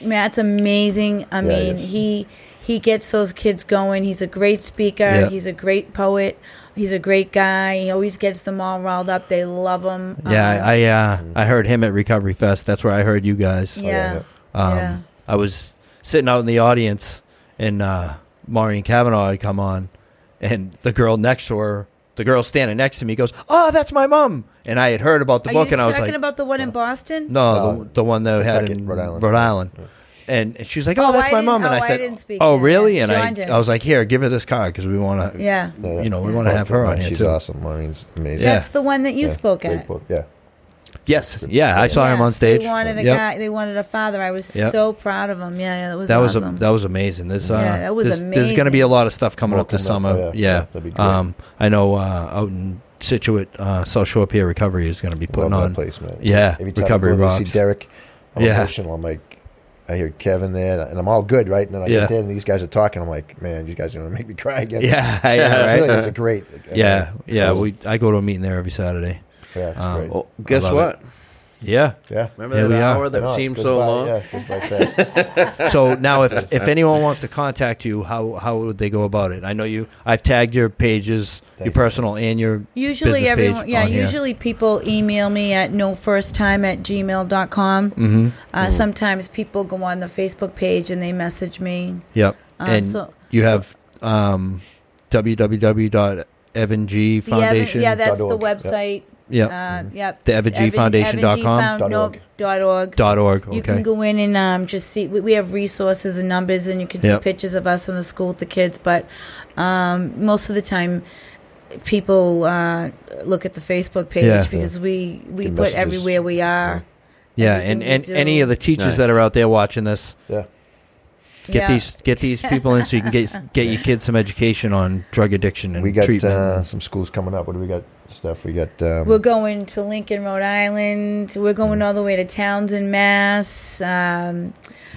[SPEAKER 5] Matt's amazing. I
[SPEAKER 4] Yeah,
[SPEAKER 5] mean,
[SPEAKER 4] yes.
[SPEAKER 5] he he gets those kids going. He's a great speaker.
[SPEAKER 3] Yeah.
[SPEAKER 5] He's a great poet. He's a great guy. He always gets them all riled up. They love him. Um,
[SPEAKER 3] Yeah, I I, uh,
[SPEAKER 4] Mm.
[SPEAKER 3] I heard him at Recovery Fest. That's where I heard you guys.
[SPEAKER 5] yeah.
[SPEAKER 4] yeah.
[SPEAKER 3] Um,
[SPEAKER 5] yeah.
[SPEAKER 3] I was sitting out in the audience, and uh, Maureen Kavanaugh had come on, and the girl next to her, the girl standing next to me, goes, "Oh, that's my mum." And I had heard about the
[SPEAKER 5] Are
[SPEAKER 3] book,
[SPEAKER 5] you
[SPEAKER 3] and I was
[SPEAKER 5] talking
[SPEAKER 3] like,
[SPEAKER 5] about the one in Boston?
[SPEAKER 3] "No,
[SPEAKER 4] Uh,
[SPEAKER 3] the, the one that we had
[SPEAKER 4] Kentucky,
[SPEAKER 3] in
[SPEAKER 4] Rhode Island.
[SPEAKER 3] Rhode Island." And, and she was like, "Oh,
[SPEAKER 5] Oh,
[SPEAKER 3] that's
[SPEAKER 5] I
[SPEAKER 3] my
[SPEAKER 5] didn't-
[SPEAKER 3] mum," and
[SPEAKER 5] oh,
[SPEAKER 3] I
[SPEAKER 5] I
[SPEAKER 3] said,
[SPEAKER 5] didn't speak
[SPEAKER 3] "Oh,
[SPEAKER 5] to
[SPEAKER 3] really?"
[SPEAKER 5] that.
[SPEAKER 3] And
[SPEAKER 5] John
[SPEAKER 3] I,
[SPEAKER 5] did.
[SPEAKER 3] I was like, "Here, give her this card because we want to,
[SPEAKER 5] Yeah.
[SPEAKER 4] Yeah.
[SPEAKER 3] you know, we want to have her on here
[SPEAKER 4] She's
[SPEAKER 3] too."
[SPEAKER 4] awesome. Maureen's amazing.
[SPEAKER 3] Yeah.
[SPEAKER 5] That's the one that you
[SPEAKER 4] Yeah,
[SPEAKER 5] spoke
[SPEAKER 4] great
[SPEAKER 5] at.
[SPEAKER 4] book. Yeah.
[SPEAKER 3] Yes, yeah, I saw him
[SPEAKER 5] Yeah,
[SPEAKER 3] on stage.
[SPEAKER 5] They wanted a
[SPEAKER 3] Yep.
[SPEAKER 5] guy. They wanted a father. I was
[SPEAKER 3] Yep.
[SPEAKER 5] so proud of him. Yeah, yeah that was
[SPEAKER 3] that was
[SPEAKER 5] awesome.
[SPEAKER 3] a, that was amazing. This uh,
[SPEAKER 5] Yeah, that was
[SPEAKER 3] this- There's going to be a lot of stuff coming
[SPEAKER 4] More
[SPEAKER 3] up this
[SPEAKER 4] coming up.
[SPEAKER 3] summer.
[SPEAKER 4] Oh, yeah.
[SPEAKER 3] yeah,
[SPEAKER 4] Yeah, that'd be great.
[SPEAKER 3] um, I know uh, out in Situate, uh, South Shore Pier Recovery is going to be
[SPEAKER 4] Love
[SPEAKER 3] putting
[SPEAKER 4] that
[SPEAKER 3] on.
[SPEAKER 4] place, man.
[SPEAKER 3] Yeah,
[SPEAKER 4] Every time
[SPEAKER 3] Recovery
[SPEAKER 4] I go there, I
[SPEAKER 3] rocks.
[SPEAKER 4] see Derek, I'm
[SPEAKER 3] Yeah.
[SPEAKER 4] emotional. I'm like, I hear Kevin there, and I'm all good, right? And then I
[SPEAKER 3] Yeah.
[SPEAKER 4] get there, and these guys are talking. I'm like, man, you guys are going to make me cry again.
[SPEAKER 3] Yeah, yeah,
[SPEAKER 4] It's
[SPEAKER 3] yeah,
[SPEAKER 4] really-
[SPEAKER 3] right. Uh,
[SPEAKER 4] it's a great.
[SPEAKER 3] yeah, yeah.
[SPEAKER 4] it's-
[SPEAKER 3] We I go to a meeting there every Saturday.
[SPEAKER 4] yeah, it's
[SPEAKER 3] um,
[SPEAKER 4] great.
[SPEAKER 1] Oh, guess
[SPEAKER 3] love
[SPEAKER 1] what?
[SPEAKER 3] Yeah.
[SPEAKER 4] yeah.
[SPEAKER 1] Remember
[SPEAKER 3] Here
[SPEAKER 1] that
[SPEAKER 3] we are.
[SPEAKER 1] hour that
[SPEAKER 4] No, it
[SPEAKER 1] seemed
[SPEAKER 4] goes
[SPEAKER 1] so
[SPEAKER 4] by-
[SPEAKER 1] long?
[SPEAKER 4] Yeah, it goes by fast.
[SPEAKER 3] So now, if if anyone wants to contact you, how how would they go about it? I know you. I've tagged your pages, your
[SPEAKER 4] Thank you.
[SPEAKER 3] personal and your
[SPEAKER 5] usually
[SPEAKER 3] business
[SPEAKER 5] everyone.
[SPEAKER 3] page
[SPEAKER 5] Yeah,
[SPEAKER 3] on here.
[SPEAKER 5] usually people email me at nofirstime at gmail.com.
[SPEAKER 3] hmm
[SPEAKER 5] Uh, Sometimes people go on the Facebook page and they message me.
[SPEAKER 3] Yep.
[SPEAKER 5] Um,
[SPEAKER 3] and
[SPEAKER 5] so-
[SPEAKER 3] you
[SPEAKER 5] so-
[SPEAKER 3] have um, www.evangfoundation.
[SPEAKER 5] The Evan, yeah, that's the
[SPEAKER 4] org.
[SPEAKER 5] website.
[SPEAKER 3] Yeah.
[SPEAKER 5] Uh, yep.
[SPEAKER 3] Mm-hmm. The EvanGFoundation.com?
[SPEAKER 5] Evan G
[SPEAKER 4] Dot org.
[SPEAKER 5] Found, dot org.
[SPEAKER 3] Dot org.
[SPEAKER 5] You can
[SPEAKER 3] Okay.
[SPEAKER 5] go in and um, just see. We, we have resources and numbers, and you can see
[SPEAKER 3] Yep.
[SPEAKER 5] pictures of us in the school with the kids. But um, most of the time, people uh, look at the Facebook page
[SPEAKER 3] Yeah.
[SPEAKER 5] because we we
[SPEAKER 4] Get
[SPEAKER 5] put
[SPEAKER 4] messages.
[SPEAKER 5] everywhere we are.
[SPEAKER 3] Yeah,
[SPEAKER 5] everything
[SPEAKER 3] and,
[SPEAKER 5] we
[SPEAKER 3] and
[SPEAKER 5] do.
[SPEAKER 3] any of the teachers
[SPEAKER 1] Nice.
[SPEAKER 3] that are out there watching this,
[SPEAKER 4] Yeah.
[SPEAKER 3] get
[SPEAKER 5] Yeah.
[SPEAKER 3] these get these people in so you can get get your kids some education on drug addiction and
[SPEAKER 4] We got
[SPEAKER 3] treatment.
[SPEAKER 4] uh, some schools coming up. What do we got? Stuff we got. Um,
[SPEAKER 5] We're going to Lincoln, Rhode Island. We're
[SPEAKER 3] Mm.
[SPEAKER 5] going all the way to Townsend, Mass. Um,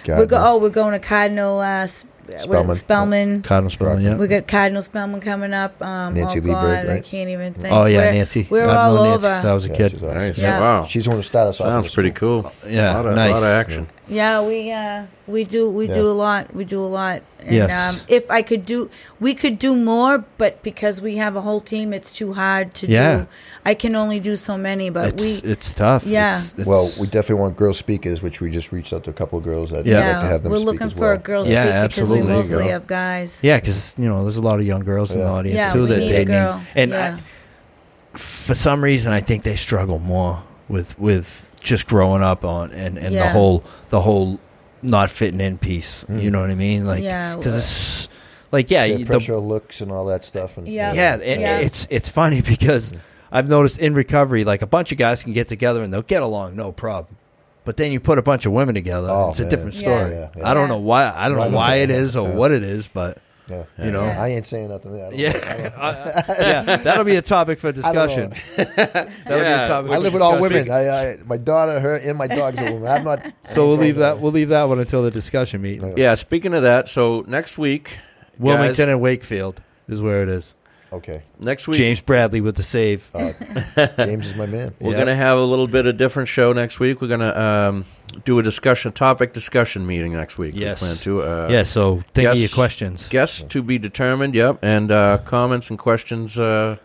[SPEAKER 5] we're go-
[SPEAKER 4] Gardner.
[SPEAKER 5] oh, we're going to Cardinal uh, Sp-
[SPEAKER 4] Spelman.
[SPEAKER 5] Spellman. Spellman.
[SPEAKER 3] Cardinal Spellman, yeah.
[SPEAKER 5] We got Cardinal Spellman coming up. Um,
[SPEAKER 4] Nancy
[SPEAKER 5] oh God,
[SPEAKER 4] Lieberg,
[SPEAKER 5] I
[SPEAKER 4] right?
[SPEAKER 5] can't even think.
[SPEAKER 3] Oh yeah,
[SPEAKER 5] We're-
[SPEAKER 3] Nancy.
[SPEAKER 5] We're
[SPEAKER 3] I've
[SPEAKER 5] all
[SPEAKER 3] known
[SPEAKER 5] over.
[SPEAKER 3] Nancy since I was a
[SPEAKER 4] Yeah,
[SPEAKER 3] kid.
[SPEAKER 4] she's awesome.
[SPEAKER 1] Nice.
[SPEAKER 5] Yeah.
[SPEAKER 1] Wow.
[SPEAKER 4] She's going to start us off. in
[SPEAKER 1] Sounds
[SPEAKER 4] the
[SPEAKER 1] pretty
[SPEAKER 4] school.
[SPEAKER 1] cool.
[SPEAKER 3] Yeah,
[SPEAKER 1] A lot of,
[SPEAKER 3] nice.
[SPEAKER 1] lot of action.
[SPEAKER 5] Yeah, we uh, we do we
[SPEAKER 4] Yeah.
[SPEAKER 5] do a lot. We do a lot. And,
[SPEAKER 3] Yes.
[SPEAKER 5] Um, if I could do, we could do more, but because we have a whole team, it's too hard to
[SPEAKER 3] Yeah.
[SPEAKER 5] do. I can only do so many, but
[SPEAKER 3] It's
[SPEAKER 5] we.
[SPEAKER 3] it's tough.
[SPEAKER 5] Yeah.
[SPEAKER 3] It's, it's,
[SPEAKER 4] Well, we definitely want girl speakers, which we just reached out to a couple of girls that
[SPEAKER 3] Yeah.
[SPEAKER 4] yeah.
[SPEAKER 5] yeah,
[SPEAKER 4] like to have them
[SPEAKER 5] we're
[SPEAKER 4] speak
[SPEAKER 5] looking
[SPEAKER 4] as
[SPEAKER 5] for
[SPEAKER 4] well.
[SPEAKER 5] a girl
[SPEAKER 3] Yeah,
[SPEAKER 5] speaker because we
[SPEAKER 3] absolutely. There you
[SPEAKER 5] mostly
[SPEAKER 1] go.
[SPEAKER 5] have guys.
[SPEAKER 3] yeah, because you know there's a lot of young girls in the
[SPEAKER 4] Yeah.
[SPEAKER 3] audience
[SPEAKER 5] Yeah,
[SPEAKER 3] too
[SPEAKER 5] we
[SPEAKER 3] that
[SPEAKER 5] need a
[SPEAKER 3] they
[SPEAKER 5] girl.
[SPEAKER 3] need, and
[SPEAKER 5] Yeah.
[SPEAKER 3] I, for some reason I think they struggle more with with just growing up on and and the
[SPEAKER 5] Yeah.
[SPEAKER 3] whole the whole not fitting in piece. You know what I mean? Like,
[SPEAKER 5] Yeah,
[SPEAKER 3] because
[SPEAKER 5] well-
[SPEAKER 3] it's like yeah,
[SPEAKER 4] Yeah,
[SPEAKER 3] you- the
[SPEAKER 4] Mm. pressure looks and all that stuff. And,
[SPEAKER 5] Yeah.
[SPEAKER 3] yeah, it,
[SPEAKER 5] Yeah.
[SPEAKER 3] it's it's funny because I've noticed in recovery, like a bunch of guys can get together and they'll get along, no problem. But then you put a bunch of women together,
[SPEAKER 4] Oh,
[SPEAKER 3] it's a
[SPEAKER 4] man.
[SPEAKER 3] different
[SPEAKER 5] Yeah.
[SPEAKER 3] story.
[SPEAKER 4] Yeah, yeah.
[SPEAKER 3] I don't
[SPEAKER 5] Yeah.
[SPEAKER 3] know why. I don't
[SPEAKER 4] Right.
[SPEAKER 3] know why it is or
[SPEAKER 4] Yeah.
[SPEAKER 3] what it is, but
[SPEAKER 4] Yeah.
[SPEAKER 3] you know,
[SPEAKER 5] Yeah.
[SPEAKER 4] I ain't saying nothing. there. I don't-
[SPEAKER 3] yeah, I- yeah, that'll be a topic for
[SPEAKER 4] I don't know.
[SPEAKER 3] discussion. That'll be
[SPEAKER 1] Yeah.
[SPEAKER 3] a topic.
[SPEAKER 4] I
[SPEAKER 3] for
[SPEAKER 4] live with all
[SPEAKER 3] discussion.
[SPEAKER 4] women. I, I, my daughter, her, and my dog's a woman. I'm not.
[SPEAKER 3] So we'll leave that. We'll leave that one until the discussion meeting.
[SPEAKER 4] Yeah.
[SPEAKER 1] Yeah, speaking of that, so next week, guys,
[SPEAKER 3] Wilmington and Wakefield is where it is.
[SPEAKER 4] Okay.
[SPEAKER 1] next week,
[SPEAKER 3] James Bradley with the save.
[SPEAKER 1] Uh,
[SPEAKER 4] Uh, James is my man.
[SPEAKER 1] We're
[SPEAKER 3] Yeah.
[SPEAKER 1] going to have a little bit of different show next week. We're going to um, do a discussion, topic discussion meeting next week.
[SPEAKER 3] Yes.
[SPEAKER 1] We plan to. Uh,
[SPEAKER 3] yeah. So think of your
[SPEAKER 1] guess-
[SPEAKER 3] questions.
[SPEAKER 1] Guests to be determined, yep. And uh, comments and questions uh,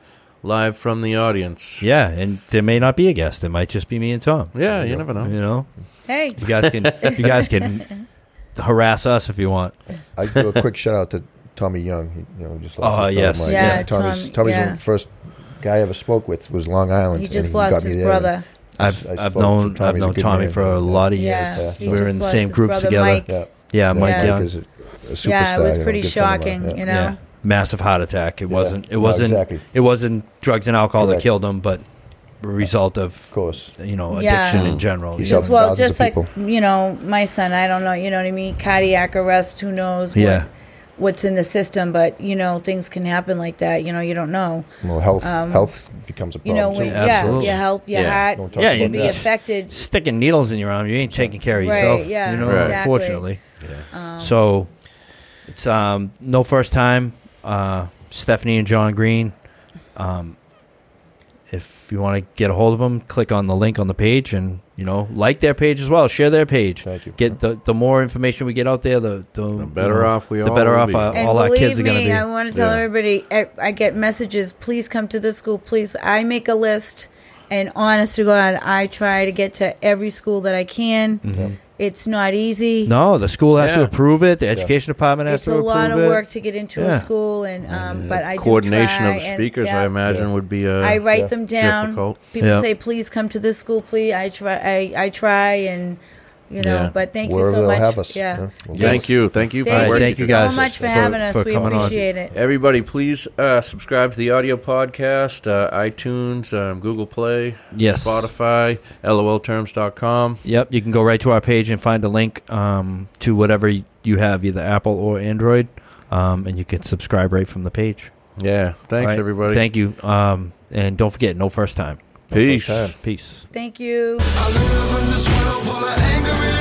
[SPEAKER 1] live from the audience.
[SPEAKER 3] Yeah, and there may not be a guest. It might just be me and Tom.
[SPEAKER 1] Yeah, you never know.
[SPEAKER 3] You know,
[SPEAKER 5] Hey,
[SPEAKER 3] you guys can you guys can harass us if you want.
[SPEAKER 4] I do a quick shout out to Tommy Young. he- You know, just
[SPEAKER 3] Oh,
[SPEAKER 4] lost his brother
[SPEAKER 3] yes.
[SPEAKER 4] Mike.
[SPEAKER 5] Yeah,
[SPEAKER 4] Tommy's
[SPEAKER 5] Tom-
[SPEAKER 4] Tommy's
[SPEAKER 5] yeah.
[SPEAKER 4] the first guy I ever spoke with was Long Island.
[SPEAKER 5] he
[SPEAKER 4] and
[SPEAKER 5] just
[SPEAKER 4] he got
[SPEAKER 5] lost
[SPEAKER 4] me
[SPEAKER 5] his
[SPEAKER 4] there.
[SPEAKER 5] brother.
[SPEAKER 3] I've
[SPEAKER 4] I
[SPEAKER 3] I've
[SPEAKER 4] spoke to
[SPEAKER 3] known
[SPEAKER 4] Tommy,
[SPEAKER 3] I've
[SPEAKER 4] he's a
[SPEAKER 3] known
[SPEAKER 4] good
[SPEAKER 3] Tommy
[SPEAKER 4] man.
[SPEAKER 3] for a
[SPEAKER 4] Yeah.
[SPEAKER 3] lot of years.
[SPEAKER 5] Yeah,
[SPEAKER 4] he
[SPEAKER 3] we were
[SPEAKER 5] just
[SPEAKER 3] in the
[SPEAKER 5] lost
[SPEAKER 3] same
[SPEAKER 5] his
[SPEAKER 3] group
[SPEAKER 5] brother,
[SPEAKER 3] together.
[SPEAKER 5] Mike.
[SPEAKER 4] Yeah,
[SPEAKER 3] Yeah, Mike
[SPEAKER 5] Yeah.
[SPEAKER 3] Young.
[SPEAKER 4] Mike is a, a superstar.
[SPEAKER 5] Yeah, it was
[SPEAKER 4] you know,
[SPEAKER 5] pretty
[SPEAKER 4] good friend of mine,
[SPEAKER 5] shocking.
[SPEAKER 4] yeah.
[SPEAKER 5] You know,
[SPEAKER 3] Yeah, massive heart attack. It
[SPEAKER 4] Yeah.
[SPEAKER 3] wasn't. It
[SPEAKER 4] No,
[SPEAKER 3] wasn't.
[SPEAKER 4] exactly.
[SPEAKER 3] It wasn't drugs and alcohol that
[SPEAKER 4] Correct.
[SPEAKER 3] killed him, but a result
[SPEAKER 4] Of
[SPEAKER 3] of
[SPEAKER 4] course.
[SPEAKER 3] you know
[SPEAKER 5] Yeah.
[SPEAKER 3] addiction in general.
[SPEAKER 4] He's
[SPEAKER 3] you
[SPEAKER 4] helped
[SPEAKER 5] just
[SPEAKER 3] know.
[SPEAKER 4] helping
[SPEAKER 5] well,
[SPEAKER 4] thousands
[SPEAKER 5] just
[SPEAKER 4] of
[SPEAKER 5] like
[SPEAKER 4] people.
[SPEAKER 5] you know, my son. I don't know. You know what I mean? Cardiac arrest. Who knows? what-
[SPEAKER 3] Yeah.
[SPEAKER 5] what's in the system? But you know, things can happen like that. You know, you don't know.
[SPEAKER 4] Well, health
[SPEAKER 5] Um,
[SPEAKER 4] health becomes a
[SPEAKER 5] You
[SPEAKER 4] problem.
[SPEAKER 5] know, when,
[SPEAKER 4] too.
[SPEAKER 5] yeah,
[SPEAKER 3] Absolutely.
[SPEAKER 5] your health, your
[SPEAKER 1] Yeah.
[SPEAKER 5] heart
[SPEAKER 4] Don't
[SPEAKER 5] can
[SPEAKER 4] talk
[SPEAKER 3] about
[SPEAKER 5] be
[SPEAKER 3] that.
[SPEAKER 5] affected.
[SPEAKER 3] Sticking needles in your arm, you ain't taking care of
[SPEAKER 5] Right,
[SPEAKER 3] yourself.
[SPEAKER 5] yeah,
[SPEAKER 3] you know,
[SPEAKER 1] Right.
[SPEAKER 5] exactly. Um,
[SPEAKER 3] unfortunately. So it's um, no first time. Uh, Stephanie and John Green. Um, if you want to get a hold of them, click on the link on the page and you know like their page as well. Share their page.
[SPEAKER 4] Thank you.
[SPEAKER 3] Get the, the more information we get out there, the the,
[SPEAKER 1] The better um,
[SPEAKER 3] you know,
[SPEAKER 1] off we
[SPEAKER 3] Mm-hmm. the
[SPEAKER 1] all
[SPEAKER 3] better
[SPEAKER 1] will
[SPEAKER 3] off
[SPEAKER 1] be.
[SPEAKER 3] uh,
[SPEAKER 5] And
[SPEAKER 3] all our
[SPEAKER 5] believe
[SPEAKER 3] kids are going to
[SPEAKER 5] me,
[SPEAKER 3] be.
[SPEAKER 5] I want to tell
[SPEAKER 1] Yeah.
[SPEAKER 5] everybody. I, I get messages. Please come to the school. Please, I make a list, and honest to God, I try to get to every school that I can. It's not easy.
[SPEAKER 3] Mm-hmm. no, the school has to
[SPEAKER 1] Yeah.
[SPEAKER 3] approve it. The education department has
[SPEAKER 5] it's
[SPEAKER 3] to
[SPEAKER 5] a
[SPEAKER 3] approve
[SPEAKER 5] lot of
[SPEAKER 3] it.
[SPEAKER 5] work to get into
[SPEAKER 3] Yeah.
[SPEAKER 5] a school, and um, but I do
[SPEAKER 1] Coordination
[SPEAKER 5] try
[SPEAKER 1] of the
[SPEAKER 5] and-
[SPEAKER 1] speakers,
[SPEAKER 5] yeah.
[SPEAKER 1] I imagine,
[SPEAKER 4] Yeah.
[SPEAKER 1] would be. Uh,
[SPEAKER 5] I write
[SPEAKER 4] Yeah.
[SPEAKER 5] them down.
[SPEAKER 1] Difficult.
[SPEAKER 5] People
[SPEAKER 3] Yeah.
[SPEAKER 5] say, "Please come to this school, please." I try, I, I try, and you know.
[SPEAKER 1] Yeah.
[SPEAKER 5] But thank
[SPEAKER 4] Wherever
[SPEAKER 5] you so
[SPEAKER 4] they'll
[SPEAKER 5] much.
[SPEAKER 4] have us,
[SPEAKER 5] Yeah.
[SPEAKER 4] you know, we'll
[SPEAKER 1] Thank you. Thank you for
[SPEAKER 5] Thank,
[SPEAKER 1] the work
[SPEAKER 5] you,
[SPEAKER 3] Thank you
[SPEAKER 1] do.
[SPEAKER 3] guys
[SPEAKER 5] so much for,
[SPEAKER 3] for-
[SPEAKER 5] having us.
[SPEAKER 3] for
[SPEAKER 5] we
[SPEAKER 3] coming on.
[SPEAKER 5] appreciate it.
[SPEAKER 1] Everybody, please uh, subscribe to the audio podcast, uh, iTunes, um, Google Play,
[SPEAKER 3] Yes.
[SPEAKER 1] Spotify, lolterms.com.
[SPEAKER 3] Yep, you can go right to our page and find a link um, to whatever you have, either Apple or Android, um, and you can subscribe right from the page.
[SPEAKER 1] Yeah. Thanks,
[SPEAKER 3] Alright?
[SPEAKER 1] everybody.
[SPEAKER 3] Thank you, um, and don't forget, no first time.
[SPEAKER 1] Peace.
[SPEAKER 4] time.
[SPEAKER 3] Peace.
[SPEAKER 5] Thank you.
[SPEAKER 6] I live in this world full of anger and